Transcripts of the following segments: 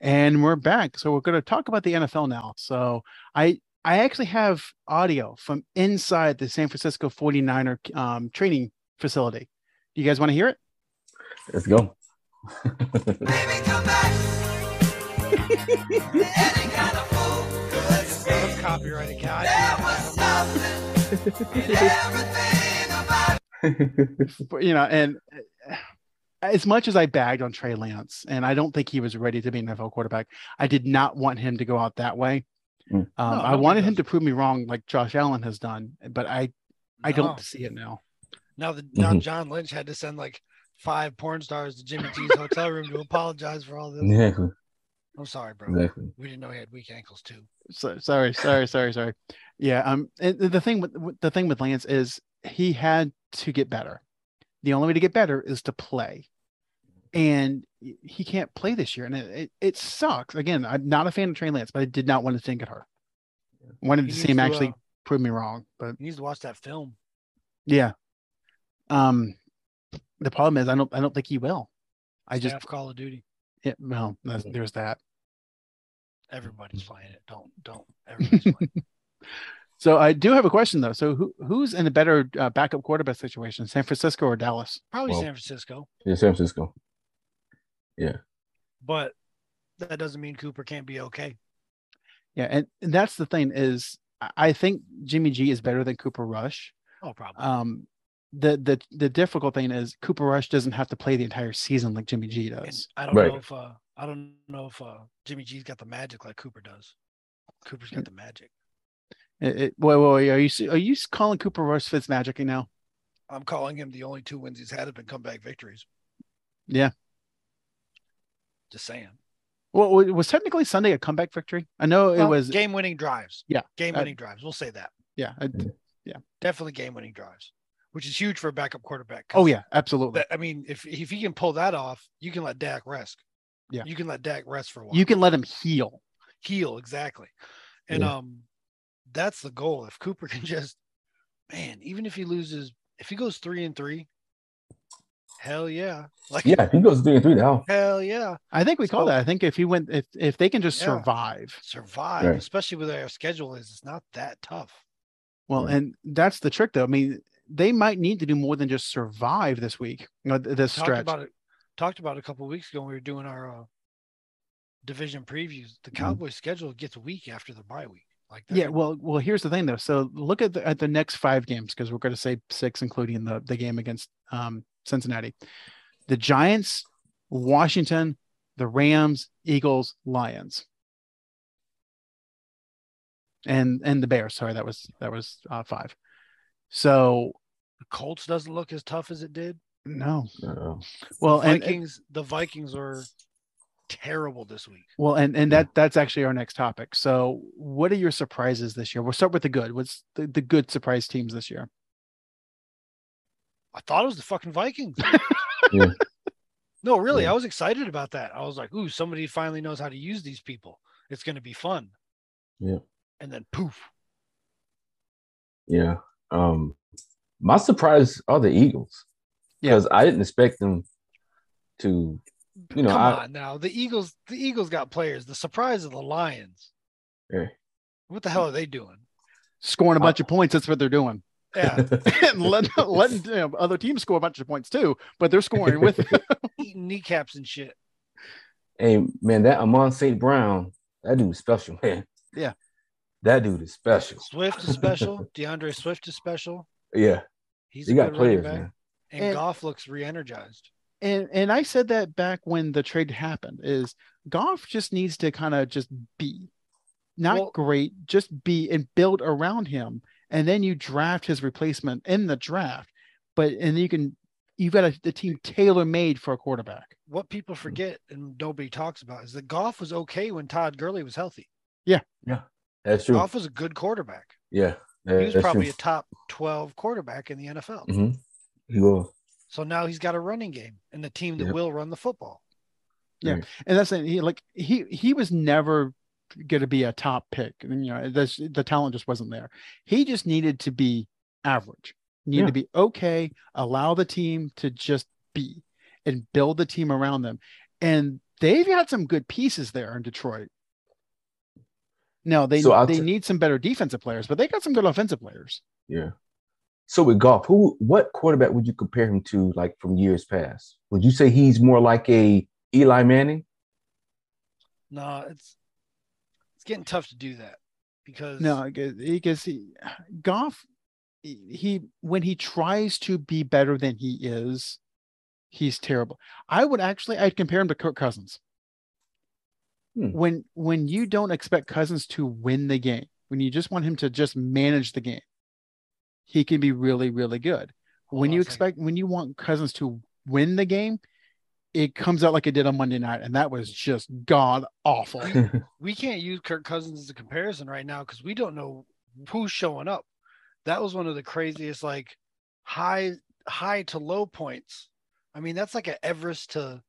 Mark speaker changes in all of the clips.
Speaker 1: and we're back. So we're going to talk about the NFL now. So I I actually have audio from inside the San Francisco 49er um, training facility. Do you guys want to hear it?
Speaker 2: Let's go.
Speaker 3: Baby, come back. Any kind of fool could
Speaker 4: Instead
Speaker 3: speak.
Speaker 4: of copyrighted, God.
Speaker 3: There was nothing in everything about
Speaker 1: But, you know, and uh, as much as I bagged on Trey Lance, and I don't think he was ready to be an NFL quarterback, I did not want him to go out that way.
Speaker 2: Mm.
Speaker 1: Um,
Speaker 4: No,
Speaker 1: I
Speaker 4: nobody
Speaker 1: wanted him
Speaker 4: does.
Speaker 1: to prove me wrong, like Josh Allen has done, but I I
Speaker 4: No.
Speaker 1: don't see it now.
Speaker 4: Now that now
Speaker 2: Mhm.
Speaker 4: John Lynch had to send like five porn stars to Jimmy G's hotel room to apologize for all this.
Speaker 2: Exactly.
Speaker 4: I'm sorry, bro.
Speaker 2: Exactly.
Speaker 4: We didn't know he had weak ankles too.
Speaker 1: so, sorry, sorry, sorry, sorry. Yeah. Um. And the thing with with- the thing with Lance is he had to get better. The only way to get better is to play, and he can't play this year, and it it, it sucks. Again, I'm not a fan of Trey Lance, but I did not want to think it hurt. Wanted
Speaker 4: He
Speaker 1: to see him
Speaker 4: needs to,
Speaker 1: actually
Speaker 4: uh,
Speaker 1: prove me wrong, but
Speaker 4: he needs to watch that film.
Speaker 1: yeah. Um, the problem is I don't I don't think he will. I just
Speaker 4: Staff Call of Duty.
Speaker 1: yeah, well that's, there's that.
Speaker 4: Everybody's playing it. Don't don't. Everybody's playing. it.
Speaker 1: So I do have a question though. So who who's in a better uh, backup quarterback situation, San Francisco or Dallas?
Speaker 4: Probably
Speaker 2: Well.
Speaker 4: San Francisco,
Speaker 2: Yeah, San Francisco. Yeah.
Speaker 4: but that doesn't mean Cooper can't be okay.
Speaker 1: Yeah, and, and that's the thing is I- I think Jimmy G is better than Cooper Rush.
Speaker 4: Oh, probably.
Speaker 1: Um, the the the difficult thing is Cooper Rush doesn't have to play the entire season like Jimmy G
Speaker 4: And
Speaker 1: does.
Speaker 4: I don't
Speaker 2: Right.
Speaker 4: know if uh, I don't know if uh, Jimmy G's got the magic like Cooper does. Cooper's got the magic.
Speaker 1: It, it, wait, wait, wait, are you s- are you s- calling Cooper Rush Fitzmagic now?
Speaker 4: I'm calling him the only two wins he's had have been comeback victories.
Speaker 1: Yeah.
Speaker 4: Just saying.
Speaker 1: Well, wa- was technically Sunday a comeback victory? I know it
Speaker 4: Well,
Speaker 1: was.
Speaker 4: game winning drives.
Speaker 1: Yeah,
Speaker 4: Game
Speaker 1: uh,
Speaker 4: winning drives. We'll say that.
Speaker 1: Yeah. I-
Speaker 4: Definitely game winning drives, which is huge for a backup quarterback. 'cause
Speaker 1: oh yeah, absolutely.
Speaker 4: that- I mean, if if he can pull that off, you can let Dak rest.
Speaker 1: Yeah.
Speaker 4: You can let Dak rest for a while.
Speaker 1: You can let him heal.
Speaker 4: heal exactly. And
Speaker 2: Yeah.
Speaker 4: um that's the goal. If Cooper can just man, even if he loses, if he goes three and three, hell yeah. Like
Speaker 2: Yeah, if he goes three and three now.
Speaker 4: hell yeah.
Speaker 1: I think we call
Speaker 4: So-
Speaker 1: that. I think if he went, if if they can just
Speaker 4: Yeah.
Speaker 1: survive,
Speaker 4: Survive,
Speaker 2: Right.
Speaker 4: especially with our schedule is it's not that tough.
Speaker 1: well,
Speaker 2: Right.
Speaker 1: and that's the trick, though. I mean, they might need to do more than just survive this week, you know, th- this
Speaker 4: Talked
Speaker 1: stretch.
Speaker 4: about it talked about it a couple weeks ago when we were doing our uh, division previews. The
Speaker 2: Mhm.
Speaker 4: Cowboys schedule gets weak after the bye week. Like that's
Speaker 1: Mm-hmm. Yeah, well, well, here's the thing though. So look at the at the next five games because we're going to say six, including the the game against um, Cincinnati, the Giants, Washington, the Rams, Eagles, Lions, and and the Bears. Sorry, that was that was uh, five. So
Speaker 4: the Colts doesn't look as tough as it did.
Speaker 1: no,
Speaker 2: Uh,
Speaker 1: well, and, and
Speaker 4: Vikings the Vikings are terrible this week.
Speaker 1: well, and and
Speaker 2: Yeah.
Speaker 1: that that's actually our next topic. So what are your surprises this year? We'll start with the good. What's the, the good surprise teams this year?
Speaker 4: I thought it was the fucking Vikings.
Speaker 2: Yeah.
Speaker 4: No, really,
Speaker 2: Yeah.
Speaker 4: I was excited about that. I was like, ooh, somebody finally knows how to use these people. It's gonna be fun.
Speaker 2: Yeah.
Speaker 4: And then poof.
Speaker 2: yeah. Um, my surprise are the Eagles
Speaker 1: Yeah.
Speaker 2: because I didn't expect them to. You know,
Speaker 4: Come
Speaker 2: I,
Speaker 4: on now. The Eagles, the Eagles got players. The surprise of the Lions.
Speaker 2: Yeah.
Speaker 4: What the hell are they doing?
Speaker 1: Scoring a
Speaker 2: Uh,
Speaker 1: bunch of points. That's what they're doing.
Speaker 4: Yeah.
Speaker 1: and letting, letting you know, other teams score a bunch of points too, but they're scoring with
Speaker 4: eating kneecaps and shit.
Speaker 2: Hey man, that Amon St. Brown, that dude is special, man.
Speaker 1: Yeah.
Speaker 2: That dude is special.
Speaker 4: Swift is special. DeAndre Swift is special.
Speaker 2: Yeah.
Speaker 4: He's
Speaker 2: They
Speaker 4: a
Speaker 2: got
Speaker 4: good running
Speaker 2: players,
Speaker 4: back.
Speaker 2: man.
Speaker 4: And,
Speaker 1: And-
Speaker 4: Goff looks re-energized.
Speaker 1: and and I said that back when the trade happened is Goff just needs to kind of just be not
Speaker 4: Well-
Speaker 1: great, just be and build around him, and then you draft his replacement in the draft. But and you can you've got a, the team tailor made for a quarterback.
Speaker 4: What people forget and nobody talks about is that Goff was okay when Todd Gurley was healthy.
Speaker 2: That's true.
Speaker 4: Goff was a good quarterback.
Speaker 2: Yeah.
Speaker 4: he was
Speaker 2: that's
Speaker 4: probably
Speaker 2: true.
Speaker 4: a top 12 quarterback in the NFL.
Speaker 2: Mhm. He was.
Speaker 4: So now he's got a running game and the team that
Speaker 2: Yep.
Speaker 4: will run the football.
Speaker 1: And that's the thing, he like he he was never going to be a top pick. And, you know, this, the talent just wasn't there. He just needed to be average. Needed
Speaker 2: Yeah.
Speaker 1: to be okay. Allow the team to just be and build the team around them. And they've got some good pieces there in Detroit. No, they
Speaker 2: So I'll
Speaker 1: they
Speaker 2: t-
Speaker 1: need some better defensive players, but they got some good offensive players.
Speaker 2: Yeah. So with golf, who what quarterback would you compare him to like from years past? Would you say he's more like a Eli Manning?
Speaker 4: No, it's it's getting tough to do that because
Speaker 1: No, because he, Goff, he he- when he tries to be better than he is, he's terrible. I would actually I'd compare him to Kirk Cousins.
Speaker 2: Hmm.
Speaker 1: When when you don't expect Cousins to win the game, when you just want him to just manage the game, he can be really really good.
Speaker 4: Hold
Speaker 1: when
Speaker 4: on
Speaker 1: you
Speaker 4: a second.
Speaker 1: expect when you want Cousins to win the game, it comes out like it did on Monday night, and that was just god awful.
Speaker 4: we can't use Kirk Cousins as a comparison right now because we don't know who's showing up. That was one of the craziest, like high high to low points. I mean, that's like an Everest to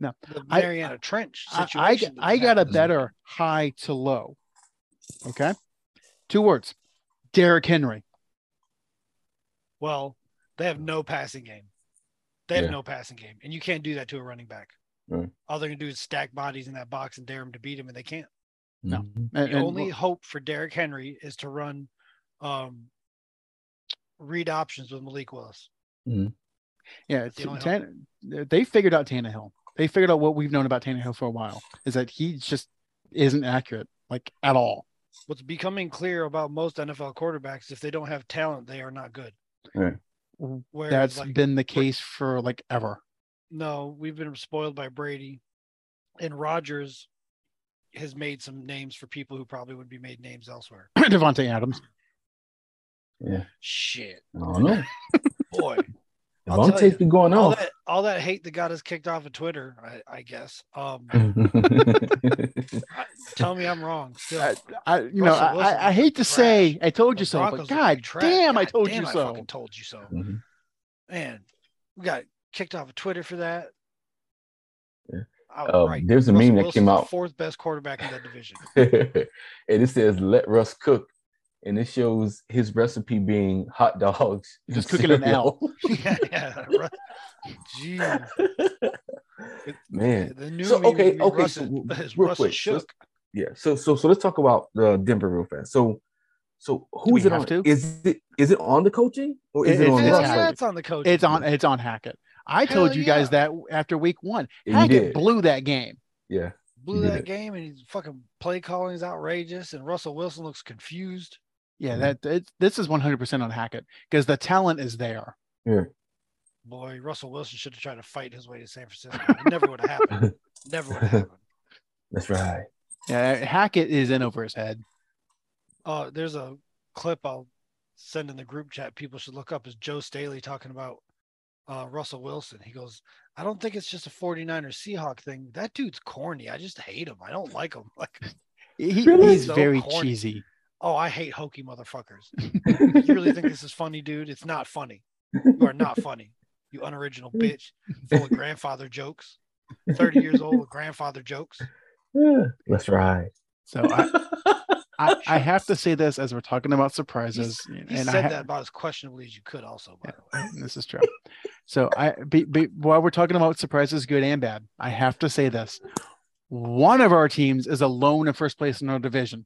Speaker 1: No,
Speaker 4: the
Speaker 1: I-
Speaker 4: Mariana Trench
Speaker 1: I-
Speaker 4: situation.
Speaker 1: I, I got a
Speaker 4: bet.
Speaker 1: better high to low. Okay. Two words Derrick Henry.
Speaker 4: Well, they have no passing game. They have
Speaker 2: Yeah.
Speaker 4: no passing game, and you can't do that to a running back.
Speaker 2: Right.
Speaker 4: All they're gonna do is stack bodies in that box and dare them to beat him, and they can't.
Speaker 1: No.
Speaker 4: The
Speaker 1: And, and
Speaker 4: only hope for Derrick Henry is to run um, read options with Malik Willis.
Speaker 1: yeah,
Speaker 4: the only
Speaker 1: Tan- they figured out Tannehill. They figured out what we've known about Tannehill for a while is that he just isn't accurate, like at all.
Speaker 4: What's becoming clear about most NFL quarterbacks, if they don't have talent, they are not good.
Speaker 2: Right.
Speaker 1: Mm,
Speaker 4: Whereas,
Speaker 1: That's
Speaker 4: like,
Speaker 1: been the case for like ever.
Speaker 4: no, we've been spoiled by Brady, and Rogers has made some names for people who probably would be made names elsewhere.
Speaker 1: Devontae Adams.
Speaker 4: Shit,
Speaker 2: I don't know.
Speaker 4: boy. I'll tell
Speaker 2: Devontae's be going
Speaker 4: all
Speaker 2: off.
Speaker 4: that all that hate that got us kicked off of Twitter, I, I guess. Um, I- tell me I'm wrong. Still,
Speaker 1: I, I you know,
Speaker 4: Russell
Speaker 1: I,
Speaker 4: Wilson
Speaker 1: I, I hate to
Speaker 4: was
Speaker 1: say I told
Speaker 4: The
Speaker 1: you so,
Speaker 4: Broncos
Speaker 1: but
Speaker 4: look
Speaker 1: god
Speaker 4: like trash.
Speaker 1: damn, I
Speaker 4: God
Speaker 1: told
Speaker 4: damn,
Speaker 1: you
Speaker 4: I
Speaker 1: so.
Speaker 4: fucking told you so.
Speaker 1: Mm-hmm.
Speaker 2: Mhm.
Speaker 4: Man, we got kicked off of Twitter for that.
Speaker 2: Yeah.
Speaker 4: I was
Speaker 2: Um,
Speaker 4: right.
Speaker 2: There's a
Speaker 4: Russell
Speaker 2: meme that
Speaker 4: Wilson's
Speaker 2: came
Speaker 4: the
Speaker 2: out
Speaker 4: Fourth best quarterback in that division.
Speaker 2: and it says let Russ cook, and it shows his recipe being hot dogs.
Speaker 1: Just cooking it
Speaker 2: cereal.
Speaker 4: yeah, yeah. Ru- Jeez.
Speaker 2: Man,
Speaker 4: The new
Speaker 2: So,
Speaker 4: meme would
Speaker 2: okay,
Speaker 4: be
Speaker 2: okay,
Speaker 4: Russ
Speaker 2: so
Speaker 4: is-
Speaker 2: w-
Speaker 4: is
Speaker 2: real
Speaker 4: Russ is
Speaker 2: quick,
Speaker 4: shook.
Speaker 2: let's- yeah. So so so let's talk about uh, Denver real fast. So so
Speaker 1: we
Speaker 2: who's it
Speaker 1: have
Speaker 2: on?
Speaker 1: to?
Speaker 2: Is it is it on the coaching or is
Speaker 1: It-
Speaker 2: it,
Speaker 1: it's-
Speaker 2: on
Speaker 1: it's
Speaker 4: yeah,
Speaker 1: Russ.
Speaker 4: yeah,
Speaker 2: Russell?
Speaker 4: it's on the coach.
Speaker 1: It's on it's on Hackett. I
Speaker 4: Hell
Speaker 1: told you guys that after week one.
Speaker 2: Yeah, you
Speaker 1: Hackett
Speaker 2: did.
Speaker 1: blew that game.
Speaker 2: yeah.
Speaker 4: blew
Speaker 2: Yeah.
Speaker 4: that game and his fucking play calling is outrageous and Russell Wilson looks confused.
Speaker 1: Yeah,
Speaker 2: Mhm.
Speaker 1: that it, this is 100% on Hackett because the talent is there.
Speaker 4: Boy, Russell Wilson should have tried to fight his way to San Francisco. It never would have happened. Never would have happened.
Speaker 2: That's right.
Speaker 1: Yeah, Hackett is in over his head.
Speaker 4: Uh, there's a clip I'll send in the group chat. People should look up is Joe Staley talking about uh, Russell Wilson. He goes, I don't think it's just a 49er Seahawk thing. That dude's corny. I just hate him. I don't like him. Like,
Speaker 1: He,
Speaker 2: Really?
Speaker 1: He's
Speaker 4: So
Speaker 1: very
Speaker 4: corny.
Speaker 1: cheesy.
Speaker 4: oh, I hate hokey motherfuckers. you really think this is funny, dude? It's not funny. You are not funny. You unoriginal bitch, full of grandfather jokes. Thirty years old with grandfather jokes.
Speaker 2: Yeah, That's right.
Speaker 1: So I, I, I have to say this as we're talking about surprises,
Speaker 4: He
Speaker 1: and I
Speaker 4: said
Speaker 1: ha-
Speaker 4: that about as questionably as you could. Also, by the way,
Speaker 1: this is true. So I, be, be, while we're talking about surprises, good and bad, I have to say this: one of our teams is alone in first place in our division.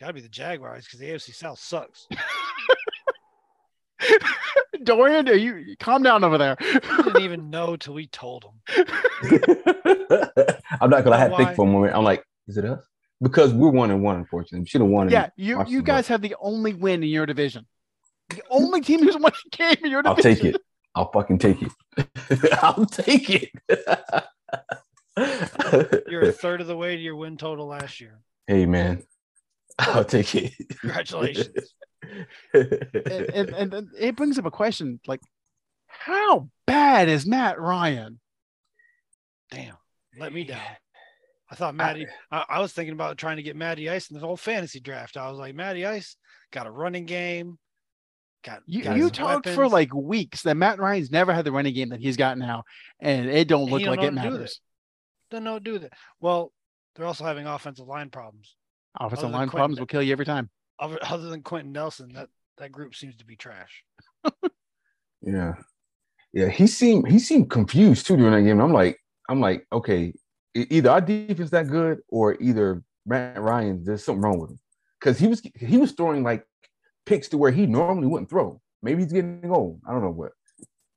Speaker 4: gotta be the Jaguars because the AFC South sucks.
Speaker 1: Dorian, are you calm down over there?
Speaker 4: He didn't even know till we told him.
Speaker 2: I'm not gonna I had to
Speaker 4: Why?
Speaker 2: think for a moment. I'm like, is it us? Because we're one and one, unfortunately. We should have won. and
Speaker 1: yeah, you you
Speaker 2: Washington,
Speaker 1: guys have the only win in your division. The only team who's won a game in your
Speaker 2: I'll
Speaker 1: division.
Speaker 2: take it. I'll fucking take it. I'll take it.
Speaker 4: You're a third of the way to your win total last year.
Speaker 2: hey man, I'll take it.
Speaker 4: Congratulations.
Speaker 1: And, and, and then it brings up a question like, how bad is Matt Ryan?
Speaker 4: Damn, let me down. I thought Matty. I, I was thinking about trying to get Matty Ice in the whole fantasy draft. I was like, Matty Ice got a running game. Got
Speaker 1: You,
Speaker 4: got
Speaker 1: you
Speaker 4: some
Speaker 1: talked for
Speaker 4: weapons.
Speaker 1: like weeks that Matt Ryan's never had the running game that he's got now, and it don't
Speaker 4: And
Speaker 1: look
Speaker 4: he don't
Speaker 1: like it
Speaker 4: know how to do
Speaker 1: matters.
Speaker 4: don't know what to do with it. Well, they're also having offensive line problems.
Speaker 1: Offensive
Speaker 4: Other than
Speaker 1: line
Speaker 4: Quentin
Speaker 1: problems will kill you every time.
Speaker 4: Other, other than Quentin Nelson, that that group seems to be trash.
Speaker 2: yeah. Yeah, he seemed he seemed confused too during that game. I'm like, I'm like, okay, e- either our defense that good or either Matt Ryan, there's something wrong with him. Because he was he was throwing like picks to where he normally wouldn't throw. Maybe he's getting old. I don't know what.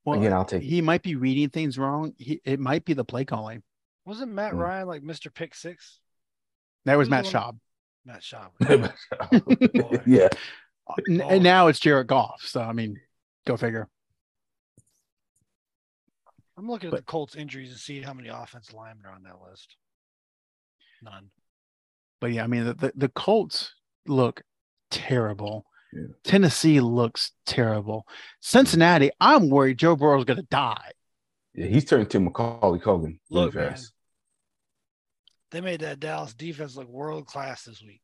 Speaker 1: Well,
Speaker 2: Again, I'll take it.
Speaker 1: he might be reading things wrong. He, it might be the play calling.
Speaker 4: Wasn't Matt
Speaker 1: Hmm.
Speaker 2: Mm.
Speaker 4: Ryan like Mr. Pick Six?
Speaker 1: That was
Speaker 4: Who's
Speaker 1: Matt
Speaker 4: the one-
Speaker 1: Schaub.
Speaker 4: Matt Schaub.
Speaker 2: yeah.
Speaker 1: N-
Speaker 4: Oh.
Speaker 1: And now it's Jared Goff. So I mean, go figure.
Speaker 4: I'm looking at
Speaker 1: But-
Speaker 4: the Colts injuries and seeing how many offensive linemen are on that list. None.
Speaker 1: But yeah, I mean the the, the Colts look terrible.
Speaker 2: Yeah.
Speaker 1: Tennessee looks terrible. Cincinnati, I'm worried Joe Burrow's gonna die.
Speaker 2: Yeah, he's turned to Macaulay Culkin really
Speaker 4: Look, man.
Speaker 2: fast.
Speaker 4: They made that Dallas defense look world class this week.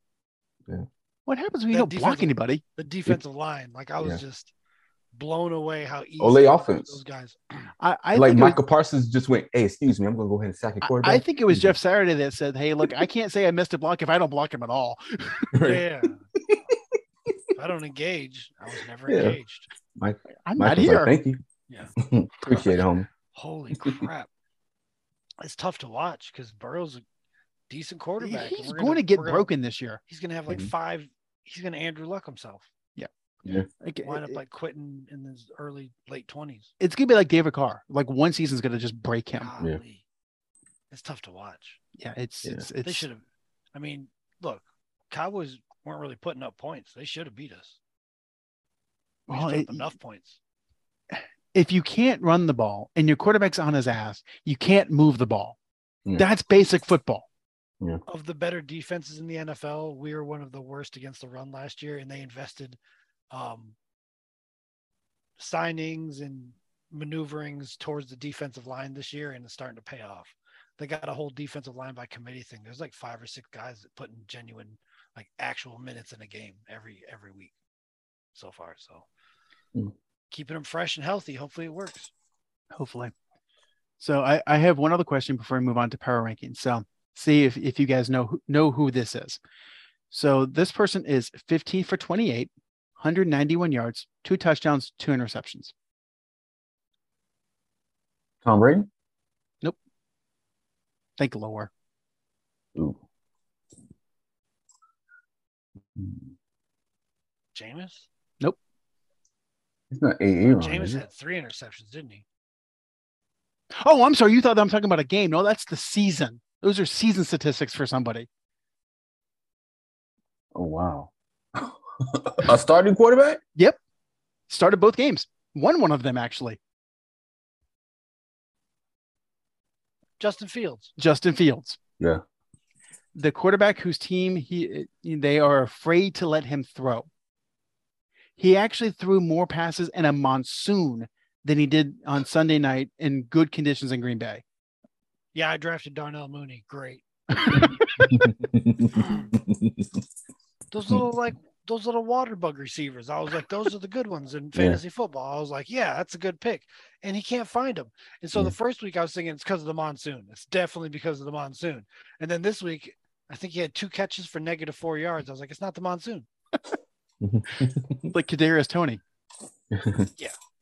Speaker 1: What happens when you
Speaker 4: That
Speaker 1: don't block
Speaker 4: defensive-
Speaker 1: anybody?
Speaker 4: The defensive line, like I was just blown away how easy
Speaker 1: Oh,
Speaker 2: Ole
Speaker 4: it was for
Speaker 2: offense.
Speaker 4: Those guys.
Speaker 1: I, I
Speaker 2: like
Speaker 1: think it was-
Speaker 2: Michael Parsons just went, "Hey, excuse me, I'm going to go ahead and sack your
Speaker 1: I-
Speaker 2: quarterback."
Speaker 1: I think it was Jeff Saturday that said, "Hey, look, I can't say I missed a block if I don't block him at all."
Speaker 4: Yeah. if I don't engage, I was never
Speaker 2: Yeah.
Speaker 4: engaged.
Speaker 1: I'm not
Speaker 2: Michael's
Speaker 1: here.
Speaker 2: like, "Thank you,
Speaker 4: Yeah.
Speaker 2: appreciate it, homie."
Speaker 4: Holy crap. It's tough to watch because Burrow's a decent quarterback. and
Speaker 1: He's
Speaker 4: we're
Speaker 1: going
Speaker 4: gonna-
Speaker 1: to get
Speaker 4: we're gonna-
Speaker 1: broken Mm-hmm. this year.
Speaker 4: he's gonna have like
Speaker 2: Mhm.
Speaker 4: five. He's gonna Andrew Luck himself.
Speaker 1: Like,
Speaker 4: Wind up
Speaker 1: it-
Speaker 4: like quitting in his early late twenties.
Speaker 1: it's going to be like David Carr. Like one season's going to just break him.
Speaker 4: Golly, it's tough to watch.
Speaker 1: Yeah, it's
Speaker 2: Yeah.
Speaker 1: it's
Speaker 4: They
Speaker 1: it's
Speaker 4: should have. I mean, look, Cowboys weren't really putting up points. They should have beat us. We just
Speaker 1: well,
Speaker 4: put up
Speaker 1: it-
Speaker 4: enough points.
Speaker 1: if you can't run the ball and your quarterback's on his ass, you can't move the ball.
Speaker 2: Yeah.
Speaker 1: That's basic football.
Speaker 4: Of the better defenses in the NFL, we were one of the worst against the run last year, and they invested um, signings and maneuverings towards the defensive line this year, and it's starting to pay off. They got a whole defensive line by committee thing. There's like five or six guys that put in genuine, like actual minutes in a game every every week so far. So
Speaker 2: Hmm.
Speaker 4: keeping them fresh and healthy. Hopefully it works.
Speaker 1: Hopefully. So I, I have one other question before we move on to power rankings. So see if, if you guys know who, know who this is. So this person is 15 for 28, 191 yards, two touchdowns, two interceptions.
Speaker 2: Tom Brady.
Speaker 1: Think lower.
Speaker 2: Ooh.
Speaker 4: Jameis.
Speaker 2: It's not Aaron.
Speaker 4: Jameis
Speaker 2: is it?
Speaker 4: had three interceptions, didn't he?
Speaker 1: Oh, I'm sorry. You thought that I'm talking about a game. No, that's the season. Those are season statistics for somebody.
Speaker 2: Oh wow. a starting quarterback?
Speaker 1: Started both games. Won one of them actually.
Speaker 4: Justin Fields.
Speaker 1: Justin Fields.
Speaker 2: Yeah.
Speaker 1: the quarterback whose team he they are afraid to let him throw. He actually threw more passes in a monsoon than he did on Sunday night in good conditions in Green Bay.
Speaker 4: Yeah, I drafted Darnell Mooney. Great. Those little like those little water bug receivers. I was like, those are the good ones in fantasy football. I was like, yeah, that's a good pick. And he can't find them. And so
Speaker 2: Yeah.
Speaker 4: the first week I was thinking it's because of the monsoon. It's definitely because of the monsoon. And then this week, I think he had two catches for negative four yards. I was like, it's not the monsoon,
Speaker 1: Like Kadarius Tony.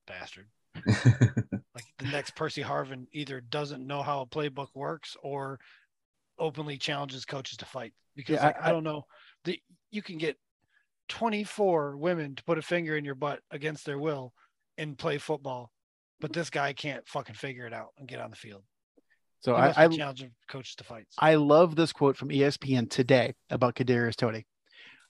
Speaker 4: bastard. like the next Percy Harvin either doesn't know how a playbook works or openly challenges coaches to fight because
Speaker 1: Yeah, I-
Speaker 4: like, I,
Speaker 1: I-
Speaker 4: don't know that you can get 24 women to put a finger in your butt against their will and play football, but this guy can't fucking figure it out and get on the field.
Speaker 1: So
Speaker 4: He must
Speaker 1: I,
Speaker 4: I,
Speaker 1: I
Speaker 4: be challenging coaches to fights.
Speaker 1: I love this quote from E ESPN today about Kadarius Tony.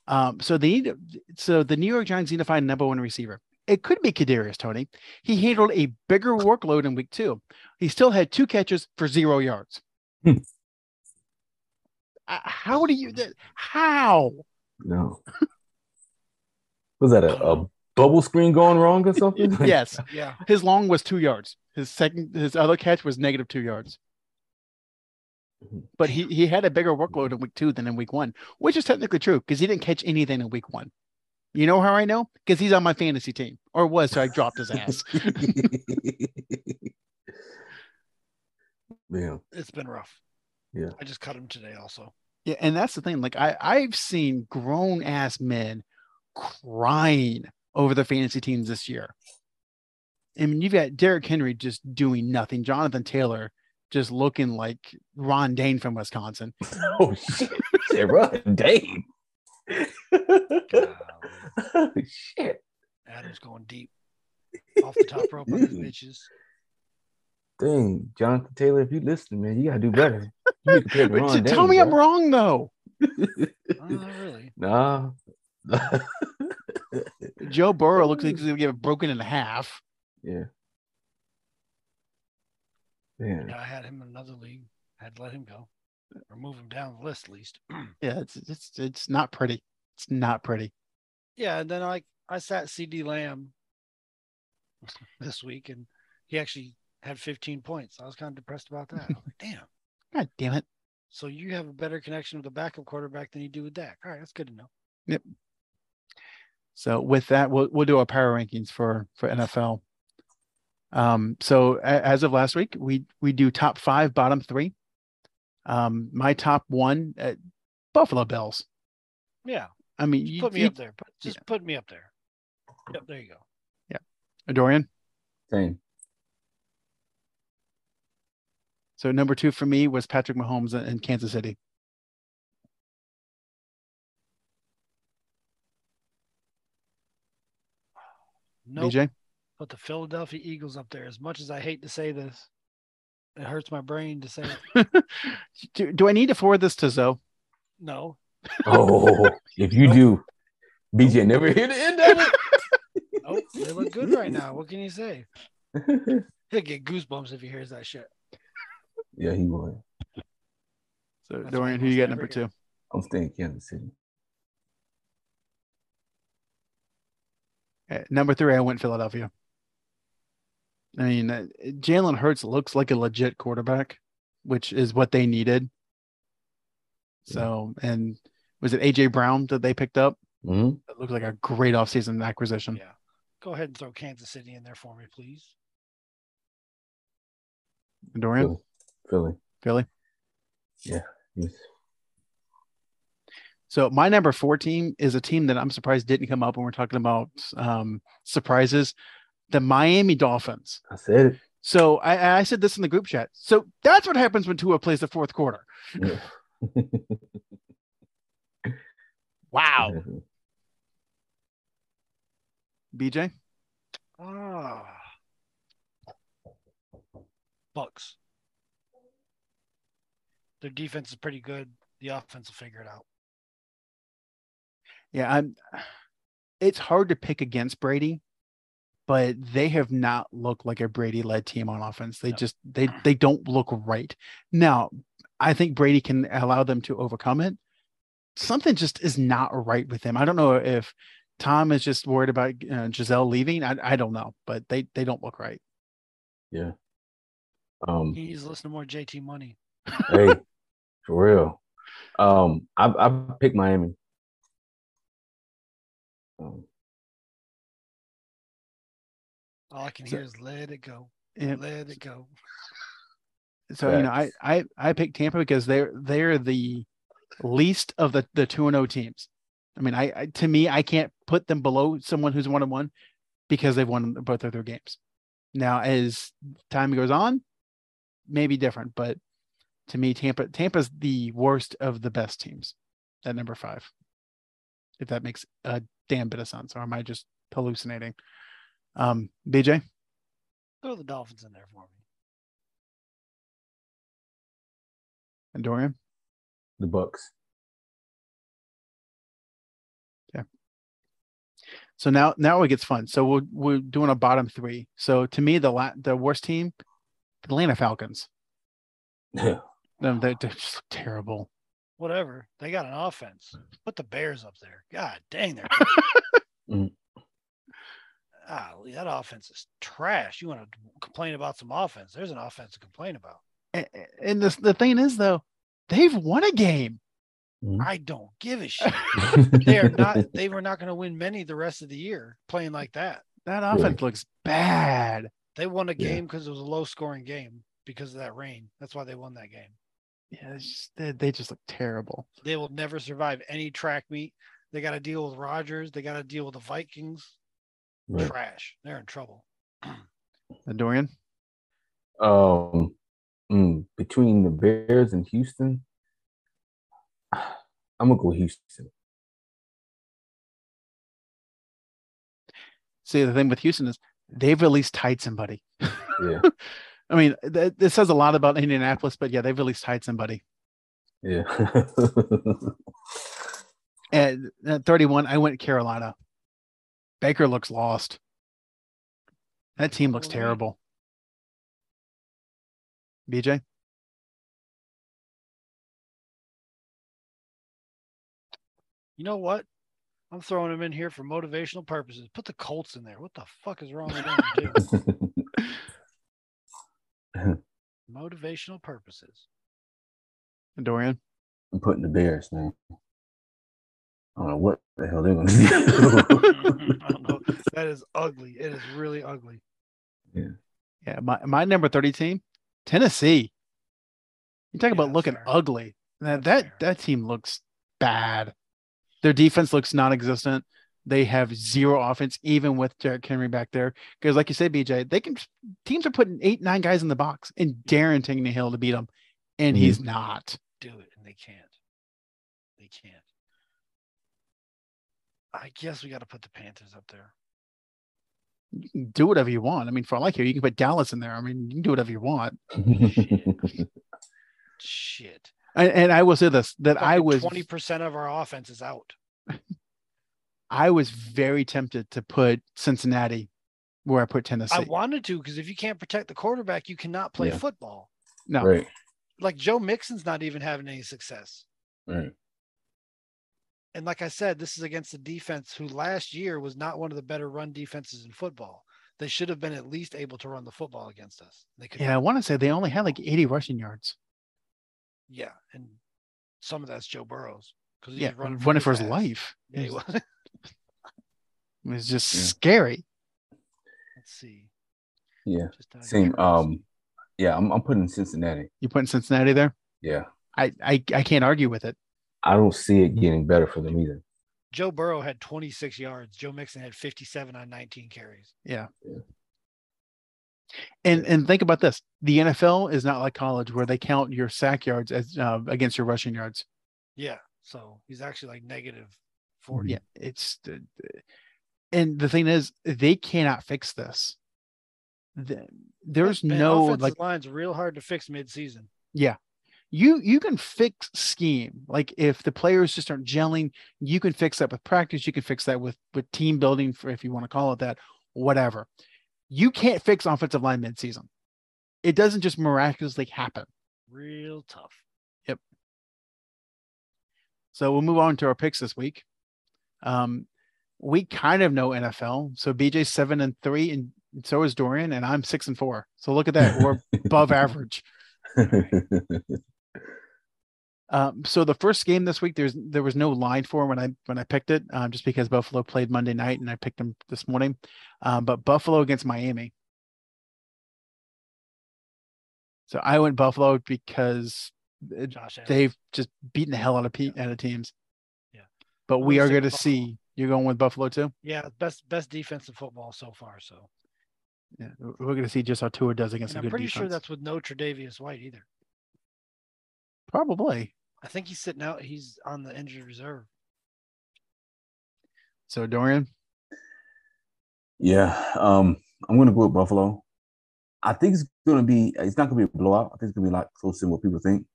Speaker 1: Um, so they need so the New York Giants need to find a number one receiver. It could be Kadarius Tony. He handled a bigger workload in week two. He still had two catches for zero yards.
Speaker 2: Hmm.
Speaker 1: Uh, how do you that, how?
Speaker 2: no. Was that a, a bubble screen going wrong or something?
Speaker 1: yes,
Speaker 4: yeah.
Speaker 1: his long was two yards. His second, his other catch was negative two yards. But he, he had a bigger workload in week two than in week one, which is technically true because he didn't catch anything in week one. You know how I know? Because he's on my fantasy team, or was so I dropped his ass.
Speaker 2: Man,
Speaker 4: It's been rough.
Speaker 2: Yeah.
Speaker 4: I just cut him today also.
Speaker 1: yeah, and that's the thing. Like I I've seen grown ass men crying over their fantasy teams this year. I mean, you've got Derrick Henry just doing nothing. Jonathan Taylor just looking like Ron Dane from Wisconsin.
Speaker 2: Oh shit! shit run, Dave. shit!
Speaker 4: Adam's going deep off the top rope on these bitches.
Speaker 2: Dang, Jonathan Taylor, if you listen, man, you gotta do better. You need to compare to
Speaker 1: But
Speaker 2: Ron
Speaker 1: just tell
Speaker 2: Dane,
Speaker 1: me I'm
Speaker 2: bro.
Speaker 1: wrong though.
Speaker 4: Oh, not really.
Speaker 2: Nah.
Speaker 1: Joe Burrow looks like he's gonna get broken in half.
Speaker 2: yeah. Yeah.
Speaker 4: Yeah, I had him in another league. had to let him go or move him down the list at least.
Speaker 1: Yeah, it's it's it's not pretty. It's not pretty.
Speaker 4: yeah, and then I I sat CD Lamb this week, and he actually had 15 points. I was kind of depressed about that. I was like, damn.
Speaker 1: God damn it.
Speaker 4: So you have a better connection with the backup quarterback than you do with Dak. All right, that's good to know.
Speaker 1: So with that, we'll we'll do our power rankings for for NFL. Um, so a- as of last week, we we do top five, bottom three. Um, my top one, uh, Buffalo Bills.
Speaker 4: Yeah,
Speaker 1: I mean,
Speaker 4: just
Speaker 1: you,
Speaker 4: put me
Speaker 1: you-
Speaker 4: up there. Put, just put me up there. Yep, there you go.
Speaker 1: Dorian.
Speaker 2: Same.
Speaker 1: So number two for me was Patrick Mahomes in- in Kansas City.
Speaker 4: No, nope,
Speaker 1: BJ,
Speaker 4: put the Philadelphia Eagles up there. As much as I hate to say this, it hurts my brain to say it.
Speaker 1: do, do I need to forward this to Zoe?
Speaker 4: no.
Speaker 2: Oh, if you do, BJ never hear the end of it.
Speaker 4: Nope, they look good right now. What can you say? He'll get goosebumps if he hears that shit.
Speaker 2: yeah, he would.
Speaker 1: So
Speaker 4: That's
Speaker 1: Dorian,
Speaker 4: what
Speaker 1: who you got
Speaker 4: I was
Speaker 1: number
Speaker 4: never
Speaker 1: two?
Speaker 2: I'm staying Kansas City.
Speaker 1: Uh, number three, I went Philadelphia. I mean, uh, Jalen Hurts looks like a legit quarterback, which is what they needed.
Speaker 2: Yeah.
Speaker 1: So, and was it AJ Brown that they picked up?
Speaker 2: Mhm.
Speaker 1: That looked like a great offseason acquisition.
Speaker 4: Yeah. Go ahead and throw Kansas City in there for me, please.
Speaker 1: Dorian,
Speaker 2: Philly. Philly.
Speaker 1: Philly.
Speaker 2: Yes.
Speaker 1: So my number four team is a team that I'm surprised didn't come up when we're talking about um, surprises, the Miami Dolphins.
Speaker 2: I said it.
Speaker 1: So I, I said this in the group chat. So that's what happens when Tua plays the fourth quarter.
Speaker 2: Yeah.
Speaker 1: Wow. BJ,
Speaker 4: Ah. Bucks. Their defense is pretty good. The offense will figure it out.
Speaker 1: yeah, I'm. It's hard to pick against Brady, but they have not looked like a Brady-led team on offense. They
Speaker 4: No.
Speaker 1: just they they don't look right. Now, I think Brady can allow them to overcome it. Something just is not right with them. I don't know if Tom is just worried about uh, Giselle leaving. I I don't know, but they they don't look right.
Speaker 2: yeah. Um,
Speaker 4: He needs to listen to more JT Money.
Speaker 2: hey, for real. Um, I I picked Miami. Um,
Speaker 4: All I can
Speaker 1: So-
Speaker 4: hear is let it go.
Speaker 1: Yeah.
Speaker 4: Let it go.
Speaker 1: So you know, I I I picked Tampa because they're they're the least of the the two and O teams. I mean, I, I to me, I can't put them below someone who's one and one because they've won both of their games. Now, as time goes on, maybe different, but to me, Tampa Tampa's the worst of the best teams at number five. If that makes a damn bit of sense, or am I just hallucinating? Um, BJ,
Speaker 4: Throw the Dolphins in there for me.
Speaker 1: and Dorian,
Speaker 2: the Bucks.
Speaker 1: So now now it gets fun. So we're we're doing a bottom three. So to me, the la- the worst team, the Atlanta Falcons.
Speaker 2: Yeah.
Speaker 1: Um, They're, they're just terrible.
Speaker 4: Whatever. They got an offense. Put the Bears up there. God dang, they're
Speaker 2: Mm.
Speaker 4: Ah, that offense is trash. You want to complain about some offense? There's an offense to complain about.
Speaker 1: A- a- And this, the thing is though, they've won a game.
Speaker 2: Mm.
Speaker 4: I don't give a shit. they are not. They were not going to win many the rest of the year playing like that.
Speaker 1: That
Speaker 2: Really?
Speaker 1: offense looks bad.
Speaker 4: They won a
Speaker 2: Yeah.
Speaker 4: game because it was a low scoring game because of that rain. That's why they won that game.
Speaker 1: Yeah, it's just, they, they just look terrible.
Speaker 4: They will never survive any track meet. They got to deal with Rodgers. They got to deal with the Vikings.
Speaker 2: Right.
Speaker 4: Trash. They're in trouble.
Speaker 1: Dorian.
Speaker 2: Um, mm, between the Bears and Houston, I'm gonna go Houston.
Speaker 1: See, the thing with Houston is they've at least tied somebody.
Speaker 2: Yeah,
Speaker 1: I mean, th- this says a lot about Indianapolis, but yeah, they've at least tied somebody.
Speaker 2: yeah.
Speaker 1: At, at 31, I went Carolina. Baker looks lost. That team looks
Speaker 4: Alright.
Speaker 1: terrible. BJ?
Speaker 4: You know what? I'm throwing him in here for motivational purposes. Put the Colts in there. What the fuck is wrong with them? dude? motivational purposes.
Speaker 1: Dorian?
Speaker 2: I'm putting the Bears, man. I don't know what the hell they're gonna
Speaker 4: I don't know. That is ugly. It is really ugly.
Speaker 1: Yeah, my, my number 30 team, Tennessee. You talk
Speaker 4: Yeah,
Speaker 1: about
Speaker 4: that's
Speaker 1: looking
Speaker 4: fair.
Speaker 1: ugly. That that,
Speaker 4: That's fair.
Speaker 1: that team looks bad. Their defense looks non-existent. They have zero offense, even with Derrick Henry back there. Because, like you said, BJ, they can teams are putting eight, nine guys in the box and daring Tannehill Hill to beat them, and
Speaker 2: Mhm.
Speaker 1: he's not.
Speaker 4: Do it, and they can't. They can't. I guess we got to put the Panthers up there.
Speaker 1: You can do whatever you want. I mean, for all I care, you can put Dallas in there. I mean, you can do whatever you want.
Speaker 2: do.
Speaker 4: Shit.
Speaker 1: And, and I will say this: that I
Speaker 4: Fucking
Speaker 1: was
Speaker 4: 20% of our offense is out.
Speaker 1: I was very tempted to put Cincinnati where I put Tennessee.
Speaker 4: I wanted to because if you can't protect the quarterback, you cannot play
Speaker 2: Yeah.
Speaker 4: football.
Speaker 1: no,
Speaker 2: right,
Speaker 4: Like Joe Mixon's not even having any success.
Speaker 2: right.
Speaker 4: And like I said, this is against a defense who last year was not one of the better run defenses in football. They should have been at least able to run the football against us. They could
Speaker 1: yeah, I want to say they only had like 80 rushing yards.
Speaker 4: Yeah, and some of that's Joe Burrows because
Speaker 1: yeah, running for his life.
Speaker 4: Yeah, he
Speaker 1: It was-
Speaker 4: was.
Speaker 1: it was just
Speaker 2: Yeah.
Speaker 1: scary.
Speaker 4: Let's see.
Speaker 2: Yeah,
Speaker 4: Just out of
Speaker 2: same.
Speaker 4: curiosity.
Speaker 2: Um, yeah, I'm, I'm putting Cincinnati.
Speaker 1: You put in Cincinnati there.
Speaker 2: Yeah,
Speaker 1: I, I I can't argue with it.
Speaker 2: I don't see it getting better for them either.
Speaker 4: Joe Burrow had 26 yards. Joe Mixon had 57 on 19 carries.
Speaker 1: Yeah.
Speaker 2: Yeah.
Speaker 1: And and think about this: the NFL is not like college where they count your sack yards as uh, against your rushing yards.
Speaker 4: Yeah, so he's actually like negative 40.
Speaker 1: Yeah, it's the- the- and the thing is, they cannot fix this. The- There's
Speaker 4: Man,
Speaker 1: no
Speaker 4: offensive
Speaker 1: like
Speaker 4: line's real hard to fix midseason.
Speaker 1: you you can fix scheme like if the players just aren't gelling you can fix that with practice you can fix that with with team building for if you want to call it that whatever you can't fix offensive line midseason it doesn't just miraculously happen
Speaker 4: Real tough.
Speaker 1: so we'll move on to our picks this week um we kind of know nfl so bj seven and three and so is dorian and i'm six and four so look at that we're above average Um, so the first game this week, there's there was no line for when I when I picked it, um, just because Buffalo played Monday night and I picked them this morning. Um, but Buffalo against Miami. So I went Buffalo because it-
Speaker 4: Josh, Allen.
Speaker 1: they've just beaten the hell out of pe- out of teams.
Speaker 4: Yeah.
Speaker 1: But
Speaker 4: I'm
Speaker 1: we
Speaker 4: gonna
Speaker 1: are
Speaker 4: stick
Speaker 1: going to
Speaker 4: with Buffalo.
Speaker 1: see you're going with Buffalo too.
Speaker 4: yeah, best best defense in football so far. So
Speaker 1: Yeah, we're going to see just how Tua does against
Speaker 4: and
Speaker 1: a
Speaker 4: I'm
Speaker 1: good
Speaker 4: pretty
Speaker 1: defense.
Speaker 4: sure that's with no Tre'Davious White either.
Speaker 1: probably
Speaker 4: I think he's sitting out. He's on the injured reserve.
Speaker 1: so. Dorian,
Speaker 2: yeah, um, I'm gonna go with Buffalo. I think it's gonna be. It's not gonna be a blowout. I think it's gonna be a lot closer than what people think.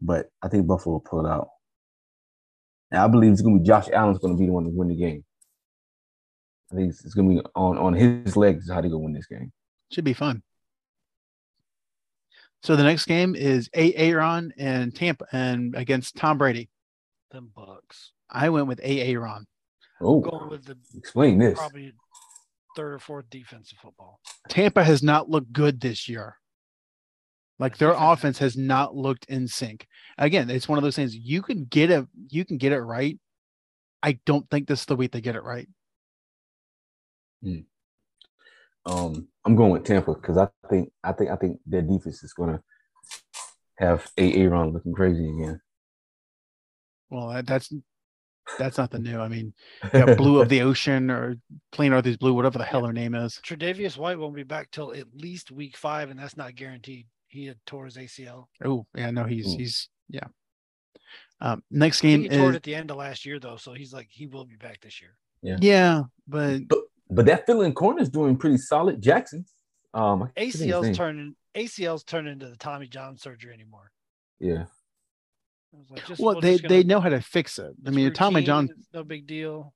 Speaker 2: But I think Buffalo will pull it out. And I believe it's gonna be Josh Allen's gonna be the one to win the game. I think it's, it's gonna be on on his legs is how they gonna win this game.
Speaker 1: should be fun. So the next game is A. Aaron and Tampa and against Tom Brady.
Speaker 4: Them Bucks.
Speaker 1: I went with A. Aaron.
Speaker 2: Oh,
Speaker 4: Going with the
Speaker 2: explain this.
Speaker 4: probably third or fourth defense in football.
Speaker 1: Tampa has not looked good this year. Like their
Speaker 4: Defense.
Speaker 1: offense has not looked in sync. Again, it's one of those things you can get a you can get it right. I don't think this is the week they get it right.
Speaker 2: Um, I'm going with Tampa because I think I think I think their defense is gonna have a Aaron looking crazy again.
Speaker 1: Well, that, that's that's nothing new. I mean, you got Blue of the Ocean or Plain Arthur's Blue, whatever the hell her name is.
Speaker 4: Tre'Davious White won't be back till at least week five, and that's not guaranteed. He had tore his ACL.
Speaker 1: Oh, yeah, no, he's
Speaker 2: Mm.
Speaker 1: he's yeah. Um, next
Speaker 4: I think
Speaker 1: game
Speaker 4: he tore it
Speaker 1: is
Speaker 4: at the end of last year though, so he's like he will be back this year.
Speaker 1: yeah, but
Speaker 2: but but that filling corner is doing pretty solid. Jackson, um, I can't think of his
Speaker 4: ACL's
Speaker 2: name.
Speaker 4: turning ACL's turned into the Tommy John surgery anymore.
Speaker 2: Yeah,
Speaker 4: I was like, just-
Speaker 1: well,
Speaker 4: we're
Speaker 1: they
Speaker 4: just gonna-
Speaker 1: they know how to fix it. I
Speaker 4: it's
Speaker 1: mean, Tommy John,
Speaker 4: routine, it's no big deal.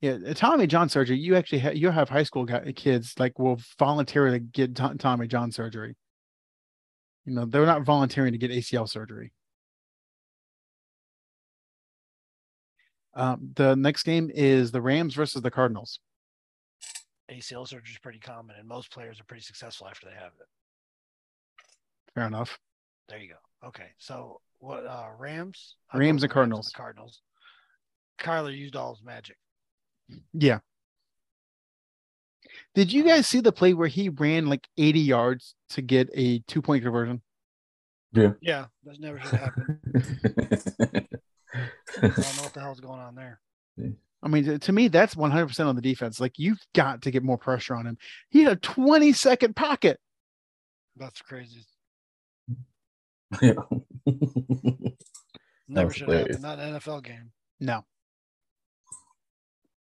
Speaker 1: yeah, Tommy John surgery. You actually ha- you have high school guy, kids like will voluntarily get to- Tommy John surgery. You know, they're not volunteering to get ACL surgery. Um, the next game is the Rams versus the Cardinals.
Speaker 4: ACL surgery is pretty common, and most players are pretty successful after they have it.
Speaker 1: Fair enough.
Speaker 4: There you go. Okay, so what? uh Rams, I
Speaker 1: Rams and
Speaker 4: vote the
Speaker 1: Cardinals.
Speaker 4: the Cardinals. Kyler used all his magic.
Speaker 1: Yeah. Did you guys see the play where he ran like 80 yards to get a two point conversion?
Speaker 4: Yeah, that's never should happen. I don't know what the hell's going on there.
Speaker 1: I mean, to- to me, that's 100% on the defense. Like, you've got to get more pressure on him. He had a 20 second pocket.
Speaker 4: That's crazy.
Speaker 2: yeah.
Speaker 4: Never
Speaker 2: was
Speaker 4: should
Speaker 2: hilarious.
Speaker 4: happen. Not an NFL game.
Speaker 1: No.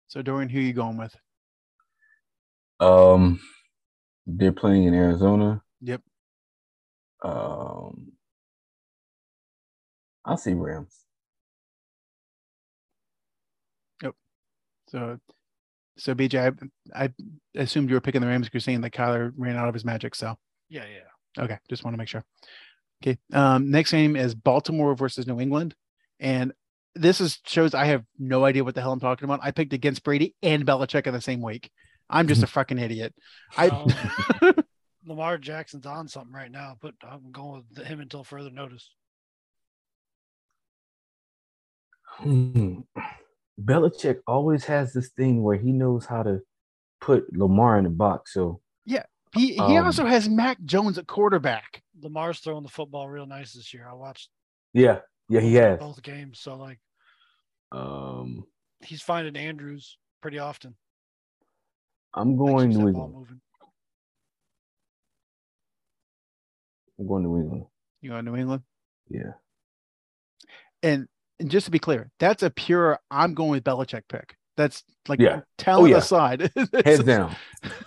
Speaker 1: So, Dorian, who you going with?
Speaker 2: um, they're playing in Arizona.
Speaker 1: Yep.
Speaker 2: Um, I'll see Rams.
Speaker 1: So, so BJ, I, I assumed you were picking the Rams because you're saying that Kyler ran out of his magic. So,
Speaker 4: Yeah, yeah.
Speaker 1: Okay, just want to make sure. Okay, um, next game is Baltimore versus New England, and this is shows I have no idea what the hell I'm talking about. I picked against Brady and Belichick in the same week. I'm just a fucking idiot. I
Speaker 4: Um, Lamar Jackson's on something right now, but I'm going with him until further notice.
Speaker 2: Hmm. Belichick always has this thing where he knows how to put Lamar in the box. So
Speaker 1: he he
Speaker 2: Um,
Speaker 1: also has Mac Jones at quarterback.
Speaker 4: Lamar's throwing the football real nice this year. I watched
Speaker 2: yeah, yeah, he has.
Speaker 4: both games, so like
Speaker 2: Um,
Speaker 4: he's finding Andrews pretty often.
Speaker 2: I'm
Speaker 4: That
Speaker 2: going
Speaker 4: keeps
Speaker 2: New
Speaker 4: that ball
Speaker 2: England.
Speaker 4: moving.
Speaker 2: I'm going New England.
Speaker 1: You know, New England,
Speaker 2: Yeah.
Speaker 1: and, and just to be clear, that's a pure I'm going with Belichick pick. That's like
Speaker 2: Yeah. Oh,
Speaker 1: talent
Speaker 2: yeah.
Speaker 1: aside.
Speaker 2: Heads down.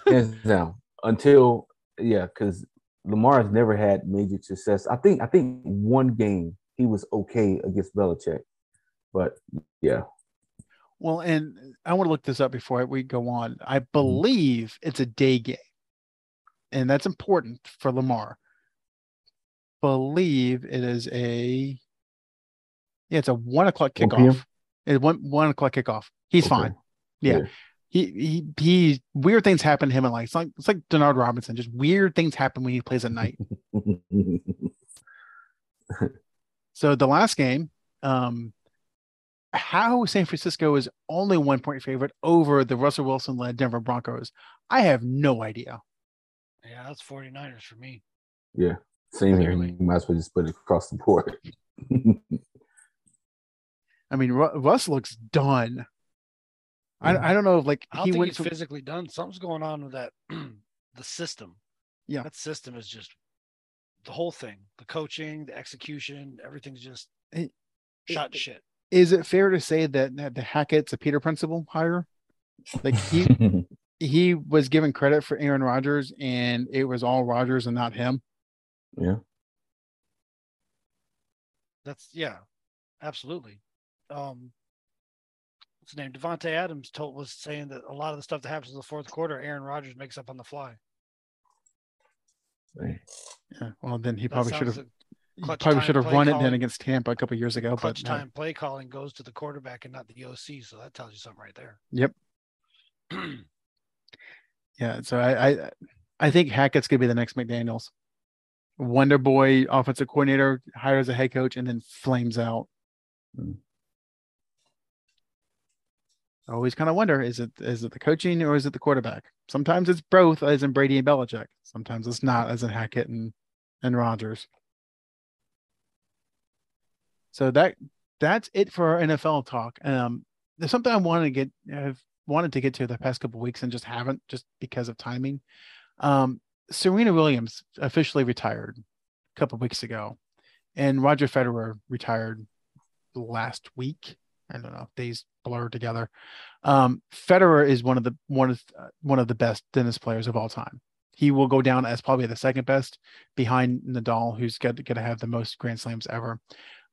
Speaker 2: Heads down. Until yeah, because Lamar's never had major success. I think I think one game he was okay against Belichick. But yeah.
Speaker 1: Well, and I want to look this up before we go on. I believe it's a day game, and that's important for Lamar. Believe it is a yeah, it's a one o'clock
Speaker 2: 1 p.m.?
Speaker 1: kickoff. It's one one o'clock kickoff. He's
Speaker 2: okay.
Speaker 1: fine. Yeah. He he he. Weird things happen to him, and like it's like it's like Denard Robinson. Just weird things happen when he plays at night. So the last game, um, how San Francisco is only one point favorite over the Russell Wilson led Denver Broncos, I have no idea.
Speaker 4: Yeah, that's 49ers for me.
Speaker 2: Same here.
Speaker 4: Clearly.
Speaker 2: You might as well just put it across the board.
Speaker 1: I mean, Ru- Russ looks done. I, I don't know if like
Speaker 4: I don't
Speaker 1: he
Speaker 4: think
Speaker 1: went
Speaker 4: he's
Speaker 1: from-
Speaker 4: physically done. Something's going on with that the system.
Speaker 1: Yeah.
Speaker 4: That system is just the whole thing. The coaching, the execution, everything's just
Speaker 1: It-
Speaker 4: shot
Speaker 1: it-
Speaker 4: to shit.
Speaker 1: is it fair to say that, that the Hackett's a Peter Principle hire? Like he he was given credit for Aaron Rodgers, and it was all Rodgers and not him.
Speaker 2: yeah.
Speaker 4: That's yeah, absolutely. Um what's his name? Devontae Adams told was saying that a lot of the stuff that happens in the fourth quarter, Aaron Rodgers makes up on the fly.
Speaker 2: Right.
Speaker 1: Yeah, well, then he
Speaker 4: That
Speaker 1: probably should
Speaker 4: sounds
Speaker 1: have
Speaker 4: like clutch
Speaker 1: probably
Speaker 4: time
Speaker 1: should have
Speaker 4: play
Speaker 1: run it then
Speaker 4: calling.
Speaker 1: against Tampa a couple years ago.
Speaker 4: clutch
Speaker 1: but no.
Speaker 4: time play calling goes to the quarterback and not the OC, so that tells you something right there.
Speaker 1: Yep. Yeah, so I, I I think Hackett's gonna be the next McDaniels. Wonder Boy offensive coordinator hires a head coach and then flames out.
Speaker 2: Mm.
Speaker 1: I always kind of wonder is it is it the coaching or is it the quarterback? Sometimes it's both, as in Brady and Belichick. Sometimes it's not, as in Hackett and and Rogers. So that that's it for our NFL talk. Um, there's something I wanted to get, I've wanted to get to the past couple weeks and just haven't, just because of timing. Um, Serena Williams officially retired a couple weeks ago, and Roger Federer retired last week. I don't know; days blur together. Um, Federer is one of the one of uh, one of the best tennis players of all time. He will go down as probably the second best behind Nadal, who's got going to have the most Grand Slams ever.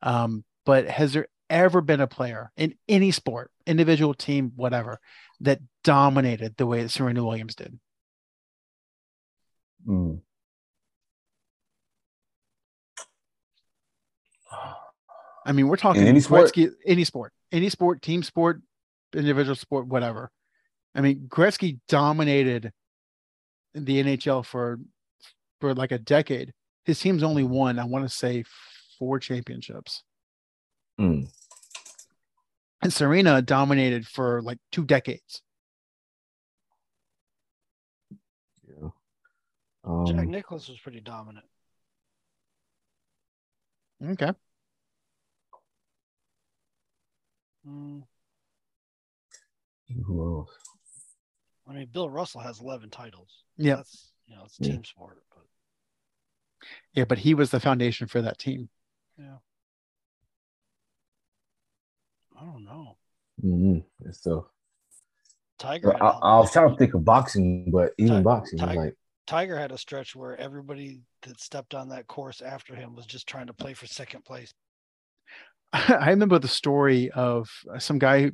Speaker 1: Um, but has there ever been a player in any sport, individual, team, whatever, that dominated the way that Serena Williams did?
Speaker 2: Mm.
Speaker 1: I mean, we're talking
Speaker 2: In any sport?
Speaker 1: Gretzky, any sport, any sport, team sport, individual sport, whatever. I mean, Gretzky dominated the NHL for for like a decade. His team's only won, I want to say, four championships.
Speaker 2: Mm.
Speaker 1: And Serena dominated for like two decades.
Speaker 2: Yeah. Um,
Speaker 4: Jack Nicholas was pretty dominant.
Speaker 1: Okay.
Speaker 4: Mm,
Speaker 2: who else?
Speaker 4: I mean, Bill Russell has eleven titles.
Speaker 1: Yeah.
Speaker 4: that's you know it's a
Speaker 2: Yeah.
Speaker 4: team sport, but
Speaker 1: Yeah, but he was the foundation for that team.
Speaker 4: I don't know.
Speaker 2: Mhm. It's tough.
Speaker 4: Tiger.
Speaker 2: I,
Speaker 4: had
Speaker 2: I-
Speaker 4: a-
Speaker 2: I was trying to think of boxing, but even
Speaker 4: Ti-
Speaker 2: boxing, I'm
Speaker 4: Tiger.
Speaker 2: like,
Speaker 4: Tiger had a stretch where everybody that stepped on that course after him was just trying to play for second place.
Speaker 1: I remember the story of uh, some guy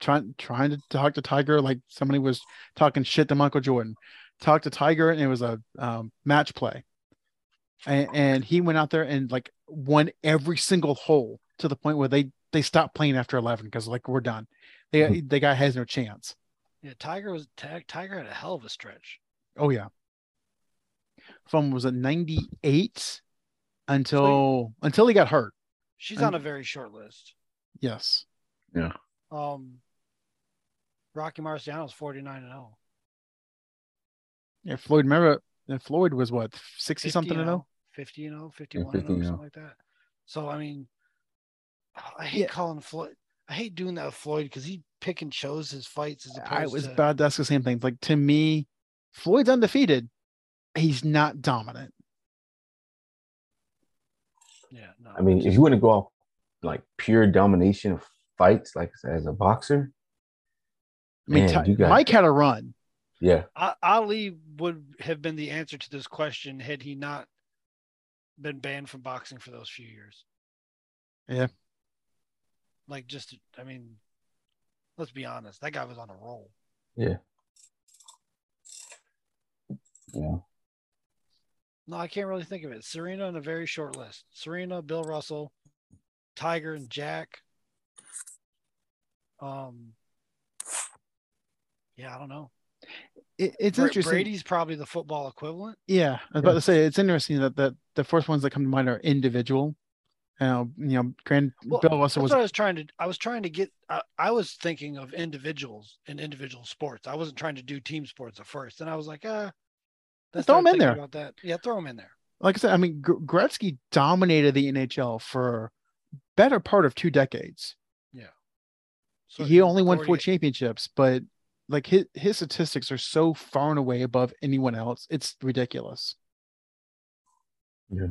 Speaker 1: trying trying to talk to Tiger, like somebody was talking shit to Michael Jordan. Talked to Tiger, and it was a um, match play, and, and he went out there and like won every single hole to the point where they they stopped playing after eleven because like we're done. They the guy has no chance.
Speaker 4: Yeah, Tiger was Ti- Tiger had a hell of a stretch.
Speaker 1: Oh yeah. From was it ninety eight until until he got hurt.
Speaker 4: She's
Speaker 1: And-
Speaker 4: on a very short list.
Speaker 1: Yes.
Speaker 4: Um, Rocky Marciano's forty nine and oh. zero.
Speaker 1: Yeah, Floyd Merritt. Floyd was what sixty something to know.
Speaker 4: 50 and 0, 51
Speaker 2: 51
Speaker 4: and 0,
Speaker 2: and
Speaker 4: something
Speaker 2: 0.
Speaker 4: like that. So I mean, I hate
Speaker 1: Yeah.
Speaker 4: calling Floyd. I hate doing that with Floyd because he pick and chose his fights as opposed
Speaker 1: I was
Speaker 4: to.
Speaker 1: about to ask the same thing. Like to me, Floyd's undefeated. He's not dominant.
Speaker 4: yeah, no.
Speaker 2: I mean, if you want to go off like pure domination of fights, like as a boxer,
Speaker 1: I mean,
Speaker 2: Man,
Speaker 1: Ti-
Speaker 2: you got-
Speaker 1: Mike had a run.
Speaker 2: yeah,
Speaker 4: A- Ali would have been the answer to this question had he not been banned from boxing for those few years.
Speaker 1: Yeah.
Speaker 4: Like, just, I mean, let's be honest. That guy was on a roll.
Speaker 2: yeah,
Speaker 4: No, I can't really think of it. Serena on a very short list. Serena, Bill Russell, Tiger, and Jack. Um, yeah, I don't know.
Speaker 1: It, it's
Speaker 4: Bra-
Speaker 1: interesting.
Speaker 4: Brady's probably the football equivalent.
Speaker 1: Yeah, I was about to say it's interesting that the, the first ones that come to mind are individual. Uh, you know, Grand
Speaker 4: Well,
Speaker 1: Bill Russell was
Speaker 4: That's what I was trying to. I was trying to get. I, I was thinking of individuals and individual sports. I wasn't trying to do team sports at first, and I was like, ah, let's
Speaker 1: Throw
Speaker 4: not
Speaker 1: 'em in
Speaker 4: think
Speaker 1: there.
Speaker 4: About that, yeah, throw them in there.
Speaker 1: like I said. I mean, Gr- Gretzky dominated the NHL for better part of two decades.
Speaker 4: So
Speaker 1: he only won four
Speaker 4: 48
Speaker 1: championships, but like his his statistics are so far and away above anyone else. It's ridiculous.
Speaker 2: Yeah.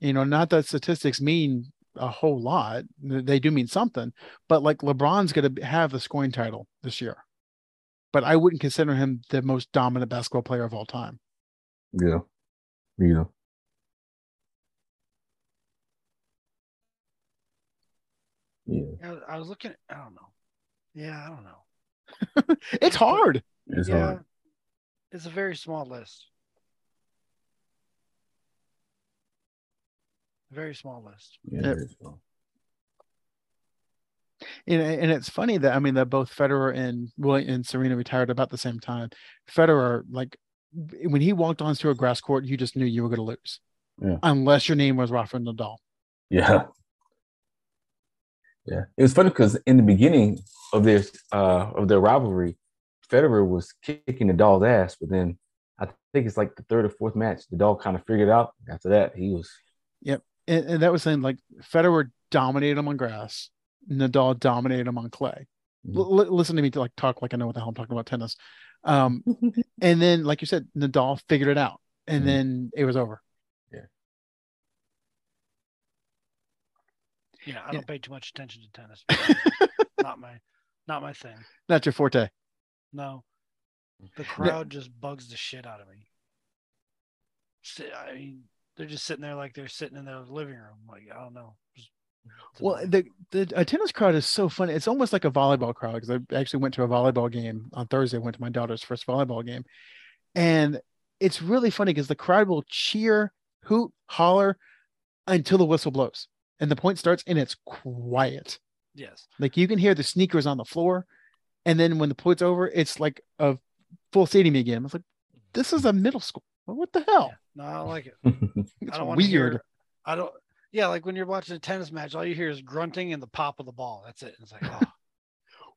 Speaker 1: You know, not that statistics mean a whole lot. They do mean something, but like LeBron's going to have the scoring title this year. But I wouldn't consider him the most dominant basketball player of all time.
Speaker 2: yeah, you know, yeah,
Speaker 4: I was, I was looking. I don't know. Yeah, I don't know.
Speaker 1: It's hard.
Speaker 2: it's
Speaker 4: yeah,
Speaker 2: hard.
Speaker 4: it's a very small list. Very small list.
Speaker 2: Yeah,
Speaker 1: Yep.
Speaker 2: it's hard.
Speaker 1: And, and it's funny that I mean that both Federer and William and Serena retired about the same time. Federer, like when he walked onto a grass court, you just knew you were going to lose,
Speaker 2: Yeah.
Speaker 1: unless your name was Rafael Nadal.
Speaker 2: Yeah. Yeah. It was funny because in the beginning of this uh of their rivalry, Federer was kicking the doll's ass, but then I think it's like the third or fourth match, the dog kind of figured out. After that, he was
Speaker 1: And, and that was saying like Federer dominated him on grass. Nadal dominated him on clay. L- li- listen to me to like talk like I know what the hell I'm talking about tennis. Um, and then, like you said, Nadal figured it out, and
Speaker 2: Mhm.
Speaker 1: then it was over.
Speaker 4: Yeah, I
Speaker 1: Yeah.
Speaker 4: don't pay too much attention to tennis. not my, not my thing.
Speaker 1: That's your forte.
Speaker 4: No, the crowd just bugs the shit out of me. Si- I mean, they're just sitting there like they're sitting in their living room. Like I don't know. Just- it's
Speaker 1: Well,
Speaker 4: annoying.
Speaker 1: the, the a tennis crowd is so funny. It's almost like a volleyball crowd because I actually went to a volleyball game on Thursday. I went to my daughter's first volleyball game, and it's really funny because the crowd will cheer, hoot, holler until the whistle blows and the point starts, and it's quiet.
Speaker 4: yes,
Speaker 1: Like you can hear the sneakers on the floor, and then when the point's over, it's like a full stadium again. It's like this is a middle school. Well, what the hell?
Speaker 4: Yeah. no, I don't like it.
Speaker 1: It's
Speaker 4: I don't wanna
Speaker 1: weird.
Speaker 4: Hear, I don't. Yeah, like when you're watching a tennis match, all you hear is grunting and the pop of the ball. That's it. It's like, oh,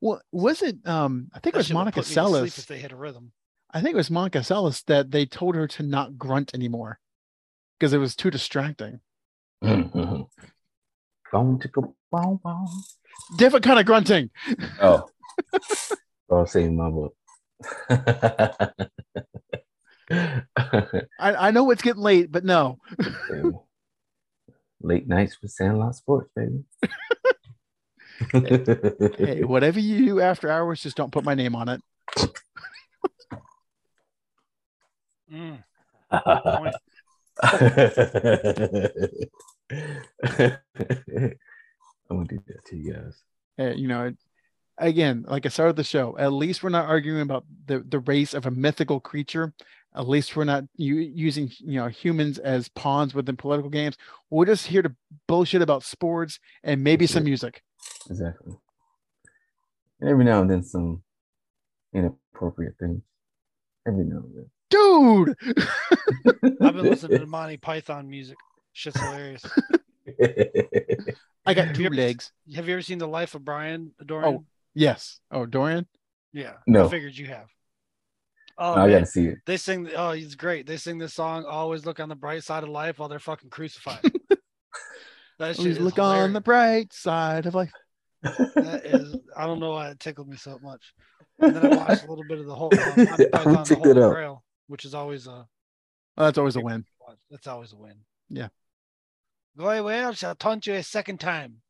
Speaker 1: Well, was it? Um, I think it
Speaker 4: that
Speaker 1: was
Speaker 4: shit would
Speaker 1: Monica
Speaker 4: put me to sleep
Speaker 1: Seles.
Speaker 4: If they hit a rhythm,
Speaker 1: I think it was Monica Seles that they told her to not grunt anymore because it was too distracting.
Speaker 2: Boom, chicka, boom, boom.
Speaker 1: Different kind of grunting.
Speaker 2: Oh, I'll save Oh, my book.
Speaker 1: I, I know it's getting late, but no.
Speaker 2: Late nights with Sandlot Sports, baby.
Speaker 1: Hey, whatever you do after hours, just don't put my name on it.
Speaker 4: Mm,
Speaker 2: hey.
Speaker 4: point.
Speaker 2: I'm gonna do that to you guys.
Speaker 1: Hey, you know, it- again, like I started the show, at least we're not arguing about the, the race of a mythical creature. At least we're not u- using, you know, humans as pawns within political games. We're just here to bullshit about sports and maybe some music.
Speaker 2: Exactly. And every now and then, some inappropriate things. Every now and
Speaker 1: Dude,
Speaker 2: then.
Speaker 4: I've been listening to Monty Python music. Shit's hilarious.
Speaker 1: I got
Speaker 4: Have
Speaker 1: two
Speaker 4: you ever-
Speaker 1: legs.
Speaker 4: Have you ever seen The Life of Brian Dorian?
Speaker 1: Oh. Yes. Oh, Dorian?
Speaker 4: Yeah. I
Speaker 2: no,
Speaker 4: figured you have. Oh,
Speaker 2: I
Speaker 4: man.
Speaker 2: gotta see it.
Speaker 4: they sing. Oh, he's great. They sing this song. Always look on the bright side of life while they're fucking crucified. that shit
Speaker 1: Always
Speaker 4: is
Speaker 1: look on the
Speaker 4: hilarious.
Speaker 1: bright side of life.
Speaker 4: That is. I don't know why it tickled me so much. And then I watched a little bit of the whole. Um, Monty
Speaker 2: I
Speaker 4: Python,
Speaker 2: would check that
Speaker 4: the Holy
Speaker 2: out.
Speaker 4: Grail, which is always a.
Speaker 1: Well, Oh, that's always a win.
Speaker 4: That's always a win.
Speaker 1: Yeah.
Speaker 4: Go away, else I'll taunt you a second time.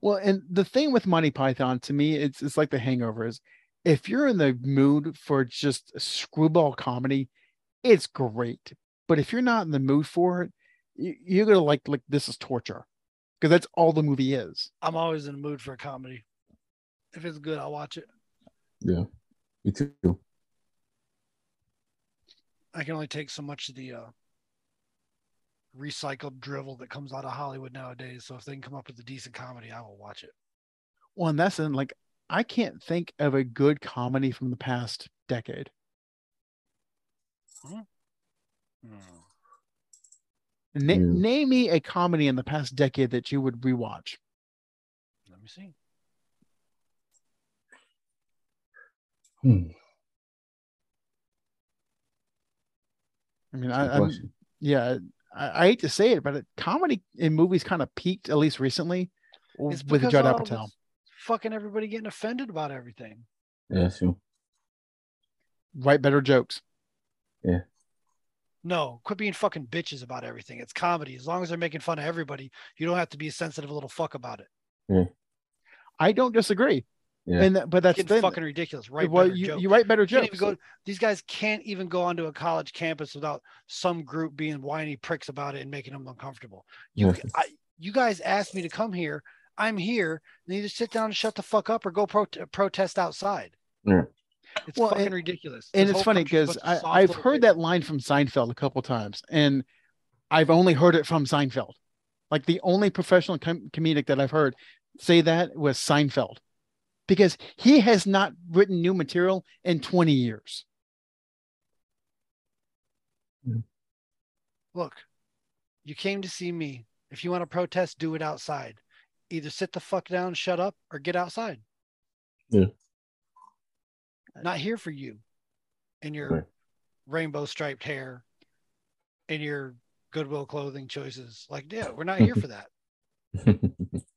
Speaker 1: Well, and the thing with Monty Python to me, it's it's like the hangover is if you're in the mood for just screwball comedy, it's great. But if you're not in the mood for it, you, you're gonna like like this is torture. Because that's all the movie is.
Speaker 4: I'm always in the mood for a comedy. If it's good, I'll watch it.
Speaker 2: yeah, me too.
Speaker 4: I can only take so much of the uh, recycled drivel that comes out of Hollywood nowadays. So if they can come up with a decent comedy, I will watch it.
Speaker 1: Well, and that's in like I can't think of a good comedy from the past decade. Na-
Speaker 4: Hmm.
Speaker 2: Yeah.
Speaker 1: Name me a comedy in the past decade that you would rewatch.
Speaker 4: Let me see.
Speaker 2: Hmm,
Speaker 1: I mean,
Speaker 2: good
Speaker 1: I, I'm,
Speaker 2: question.
Speaker 1: yeah, I, I hate to say it, but it, comedy in movies kind of peaked at least recently w-
Speaker 4: It's
Speaker 1: with
Speaker 4: because
Speaker 1: Judd
Speaker 4: all
Speaker 1: Apatow.
Speaker 4: this Fucking everybody getting offended about everything.
Speaker 2: yeah, sure.
Speaker 1: Write better jokes.
Speaker 4: No, quit being fucking bitches about everything. It's comedy. As long as they're making fun of everybody, you don't have to be a sensitive little fuck about it.
Speaker 1: I don't disagree.
Speaker 2: Yeah.
Speaker 1: And that, but that's the
Speaker 4: It's getting
Speaker 1: thing.
Speaker 4: fucking ridiculous, right?
Speaker 1: well,
Speaker 4: better
Speaker 1: you,
Speaker 4: jokes.
Speaker 1: you write better
Speaker 4: can't
Speaker 1: jokes.
Speaker 4: even go. These guys can't even go onto a college campus without some group being whiny pricks about it and making them uncomfortable. You,
Speaker 2: Yeah.
Speaker 4: I, you guys asked me to come here. I'm here. And you just sit down and shut the fuck up or go pro- protest outside.
Speaker 2: Yeah.
Speaker 4: It's
Speaker 1: Well,
Speaker 4: fucking
Speaker 1: and-
Speaker 4: ridiculous.
Speaker 1: and
Speaker 4: This
Speaker 1: it's
Speaker 4: whole
Speaker 1: funny
Speaker 4: country's
Speaker 1: because
Speaker 4: a bunch of soft
Speaker 1: I've
Speaker 4: little
Speaker 1: heard
Speaker 4: bitches.
Speaker 1: that line from Seinfeld a couple times, and I've only heard it from Seinfeld. Like the only professional com- comedic that I've heard say that was Seinfeld, because he has not written new material in 20 years.
Speaker 4: Look, you came to see me. If you want to protest, do it outside. Either sit the fuck down, shut up, or get outside.
Speaker 2: Yeah.
Speaker 4: Not here for you and your
Speaker 2: Right.
Speaker 4: rainbow striped hair and your goodwill clothing choices. Like, yeah, we're not here for that.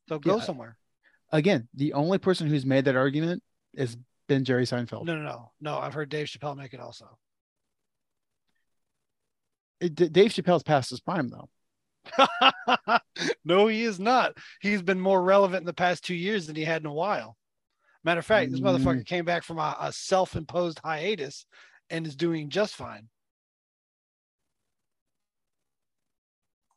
Speaker 4: So go
Speaker 1: Yeah.
Speaker 4: somewhere.
Speaker 1: Again, the only person who's made that argument has been Jerry Seinfeld.
Speaker 4: No, no, no, no. I've heard Dave Chappelle make it also.
Speaker 1: It- D- Dave Chappelle's past his prime though.
Speaker 4: no, he is not. He's been more relevant in the past two years than he had in a while. Matter of fact, this motherfucker came back from a, a self-imposed hiatus and is doing just fine.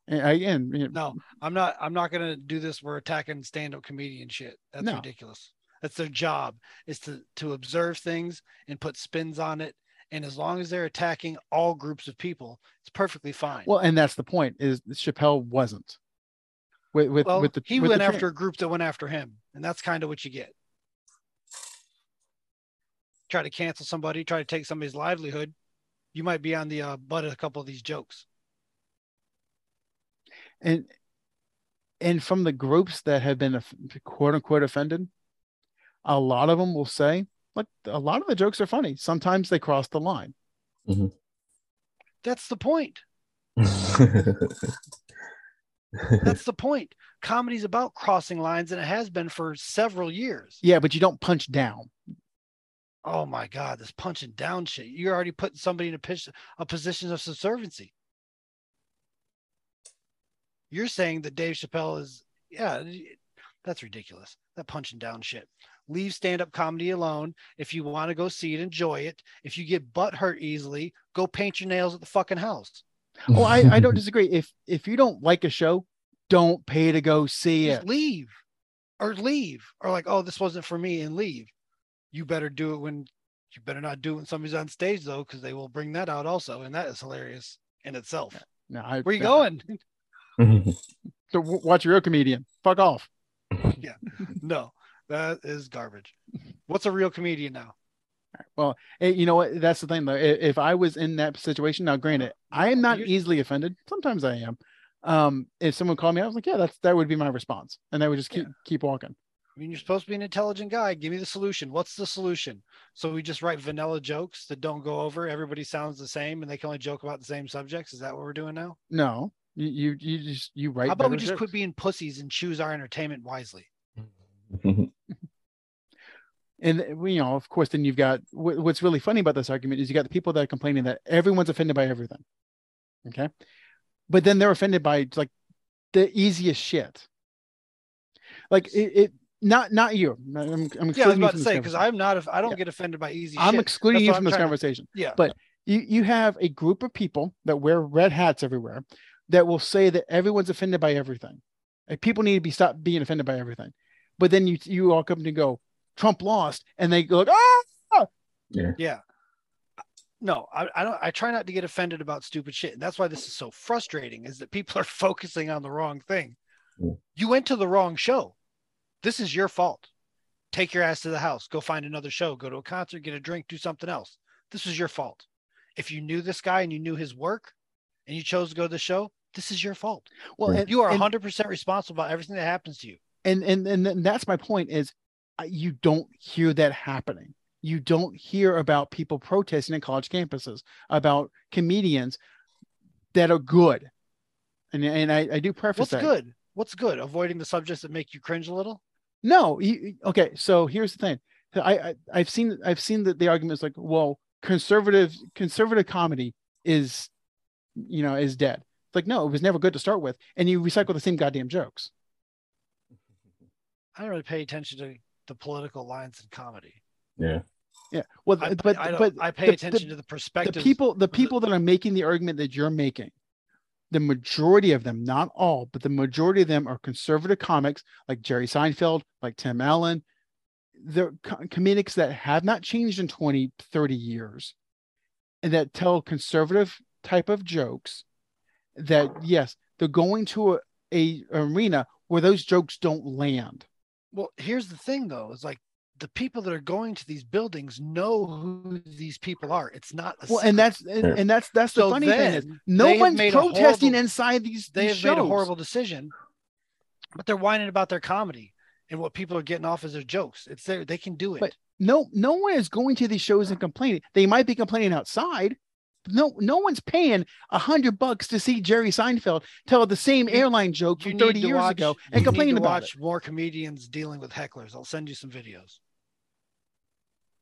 Speaker 1: And again, you know,
Speaker 4: No, I'm not. I'm not gonna do this. We're attacking stand-up comedian shit. That's
Speaker 1: No.
Speaker 4: ridiculous. That's their job is to to observe things and put spins on it. And as long as they're attacking all groups of people, it's perfectly fine.
Speaker 1: well, and that's the point is Chappelle wasn't with with
Speaker 4: Well,
Speaker 1: with the
Speaker 4: he
Speaker 1: with
Speaker 4: went
Speaker 1: the tra-
Speaker 4: after a group that went after him, and that's kind of what you get. Try to cancel somebody, try to take somebody's livelihood. You might be on the uh, butt of a couple of these jokes.
Speaker 1: and and from the groups that have been aff- quote unquote offended, a lot of them will say like a lot of the jokes are funny. Sometimes they cross the line.
Speaker 4: That's the point. That's the point. Comedy's about crossing lines, and it has been for several years.
Speaker 1: Yeah, but you don't punch down.
Speaker 4: Oh my God, this punching down shit. You're already putting somebody in a, pitch, a position of subserviency. You're saying that Dave Chappelle is, yeah, that's ridiculous. That punching down shit. Leave stand up comedy alone. If you want to go see it, enjoy it. If you get butt hurt easily, go paint your nails at the fucking house. Oh,
Speaker 1: Well, Oh, I, I don't disagree. If if you don't like a show, don't pay to go see it.
Speaker 4: Just leave or leave or like, oh, this wasn't for me and leave. You better do it when you better not do it when somebody's on stage though, because they will bring that out also. And that is hilarious in itself.
Speaker 1: No, I,
Speaker 4: Where you
Speaker 1: no.
Speaker 4: going?
Speaker 1: To w- watch your comedian. Fuck off.
Speaker 4: no, that is garbage. What's a real comedian now?
Speaker 1: Hey, you know what? That's the thing though. I- If, I was in that situation, now granted, I am not
Speaker 4: You're-
Speaker 1: easily offended. Sometimes I am. Um, if someone called me, I was like, yeah, that's that would be my response, and I would just keep keep walking.
Speaker 4: I mean, you're supposed to be an intelligent guy. Give me the solution. What's the solution? So we just write vanilla jokes that don't go over. Everybody sounds the same, and they can only joke about the same subjects. Is that what we're doing now?
Speaker 1: No, you you, you just you write.
Speaker 4: How about we
Speaker 1: better
Speaker 4: just
Speaker 1: jokes.
Speaker 4: quit being pussies and choose our entertainment wisely?
Speaker 1: and uh, you know, of course, then you've got wh- what's really funny about this argument is you got the people that are complaining that everyone's offended by everything. Okay. But then they're offended by like the easiest shit. Like it, it not not you. I'm, I'm excluding
Speaker 4: Yeah, I was
Speaker 1: you from
Speaker 4: about to
Speaker 1: this
Speaker 4: say because
Speaker 1: conversation.
Speaker 4: I'm not. If I don't
Speaker 1: Yeah.
Speaker 4: get offended by easy.
Speaker 1: I'm
Speaker 4: shit.
Speaker 1: excluding
Speaker 4: That's
Speaker 1: you
Speaker 4: what
Speaker 1: from
Speaker 4: I'm
Speaker 1: this
Speaker 4: trying to-
Speaker 1: conversation.
Speaker 4: Yeah.
Speaker 1: But you you have a group of people that wear red hats everywhere that will say that everyone's offended by everything. Like people need to be stopped being offended by everything. But then you you all come to go, Trump lost, and they go like, ah,
Speaker 4: Yeah. No, I, I don't. I try not to get offended about stupid shit, and that's why this is so frustrating. Is that people are focusing on the wrong thing?
Speaker 2: Yeah.
Speaker 4: You went to the wrong show. This is your fault. Take your ass to the house. Go find another show. Go to a concert. Get a drink. Do something else. This is your fault. If you knew this guy and you knew his work, and you chose to go to the show, this is your fault.
Speaker 1: well,
Speaker 2: Yeah.
Speaker 1: and,
Speaker 4: You are
Speaker 1: and,
Speaker 4: 100% responsible about everything that happens to you.
Speaker 1: and and and then that's my point is uh, you don't hear that happening you don't hear about people protesting in college campuses about comedians that are good and and i, I do preface
Speaker 4: What's
Speaker 1: that
Speaker 4: good? What's good? Avoiding the subjects that make you cringe a little.
Speaker 1: no you, you- okay so here's the thing i, I i've seen i've seen that the argument is like well conservative conservative comedy is you know is dead it's like no it was never good to start with and you recycle the same goddamn jokes
Speaker 4: I don't really pay attention to the political lines in comedy.
Speaker 2: yeah.
Speaker 1: yeah well
Speaker 4: I,
Speaker 1: but
Speaker 4: I, don't-
Speaker 1: but
Speaker 4: I pay
Speaker 1: the- the-
Speaker 4: attention to the
Speaker 1: the
Speaker 4: perspective.
Speaker 1: people the
Speaker 4: the-
Speaker 1: people that are making the argument that you're making the majority of them not all but the majority of them are conservative comics like jerry seinfeld like tim allen they're co- comedics that have not changed in 20 30 years and that tell conservative type of jokes that yes they're going to a, a arena where those jokes don't land
Speaker 4: Well, here's the thing though: is like the people that are going to these buildings know who these people are. It's not a
Speaker 1: well and
Speaker 4: secret.
Speaker 1: that's and, and that's that's the
Speaker 4: So
Speaker 1: funny thing is
Speaker 4: then
Speaker 1: no
Speaker 4: they have
Speaker 1: one's
Speaker 4: made a
Speaker 1: protesting
Speaker 4: horrible-
Speaker 1: inside these,
Speaker 4: they
Speaker 1: these
Speaker 4: have
Speaker 1: shows.
Speaker 4: made a horrible decision, but they're whining about their comedy and what people are getting off as their jokes. It's there; they can do it.
Speaker 1: But- no no one is going to these shows and complaining they might be complaining outside no no one's paying a hundred bucks to see Jerry Seinfeld tell the same airline joke
Speaker 4: You
Speaker 1: from
Speaker 4: need
Speaker 1: 30
Speaker 4: to
Speaker 1: years
Speaker 4: watch-
Speaker 1: ago
Speaker 4: you need
Speaker 1: and complain
Speaker 4: to
Speaker 1: about
Speaker 4: watch more comedians dealing with hecklers. I'll send you some videos.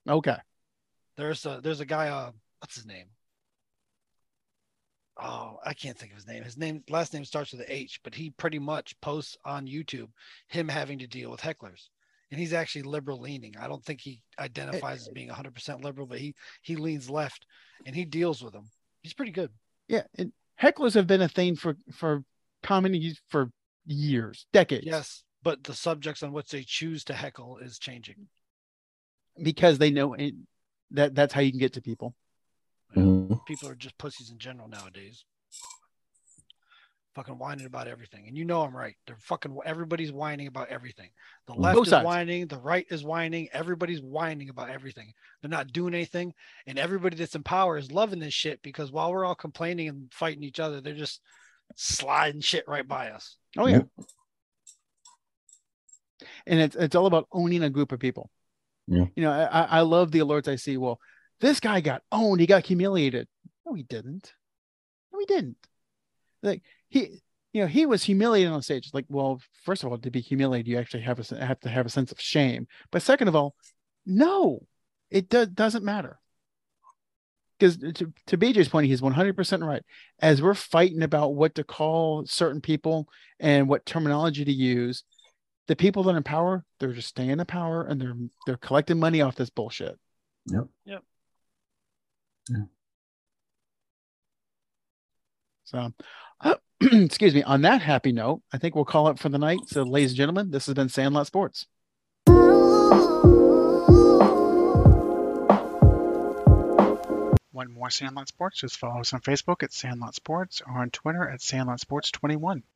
Speaker 1: it. Okay.
Speaker 4: There's a there's a guy. Uh, what's his name? Oh, I can't think of his name. His name last name starts with a H, but he pretty much posts on YouTube him having to deal with hecklers, and he's actually liberal leaning. I don't think he identifies as being 100 percent liberal, but he he leans left, and he deals with them. He's pretty good.
Speaker 1: Yeah. And hecklers have been a thing for for comedy for years, decades.
Speaker 4: Yes, but the subjects on which they choose to heckle is changing.
Speaker 1: Because they know it, that that's how you can get to people.
Speaker 2: Mhm.
Speaker 4: People are just pussies in general nowadays. Fucking whining about everything, and you know I'm right. They're fucking everybody's whining about everything. The left
Speaker 1: Both
Speaker 4: is
Speaker 1: sides.
Speaker 4: whining, the right is whining. Everybody's whining about everything. They're not doing anything, and everybody that's in power is loving this shit because while we're all complaining and fighting each other, they're just sliding shit right by us.
Speaker 1: Oh yeah. And it's it's all about owning a group of people.
Speaker 2: Yeah.
Speaker 1: You know, I I I love the alerts I see. Well, this guy got owned. He got humiliated. No, he didn't. No, he didn't. Like he, you know, he was humiliated on stage. It's like, well, first of all, to be humiliated, you actually have a sen- have to have a sense of shame. But second of all, no, it do- doesn't matter. Because to, to BJ's point, he's 100% right. As we're fighting about what to call certain people and what terminology to use, the people that are in power, they're just staying in power and they're they're collecting money off this bullshit.
Speaker 2: Yep.
Speaker 4: Yep.
Speaker 2: Yeah.
Speaker 1: So, excuse me. On that happy note, I think we'll call it for the night. So, ladies and gentlemen, this has been Sandlot Sports.
Speaker 5: Want more Sandlot Sports? Just follow us on Facebook at Sandlot Sports or on Twitter at Sandlot Sports 21.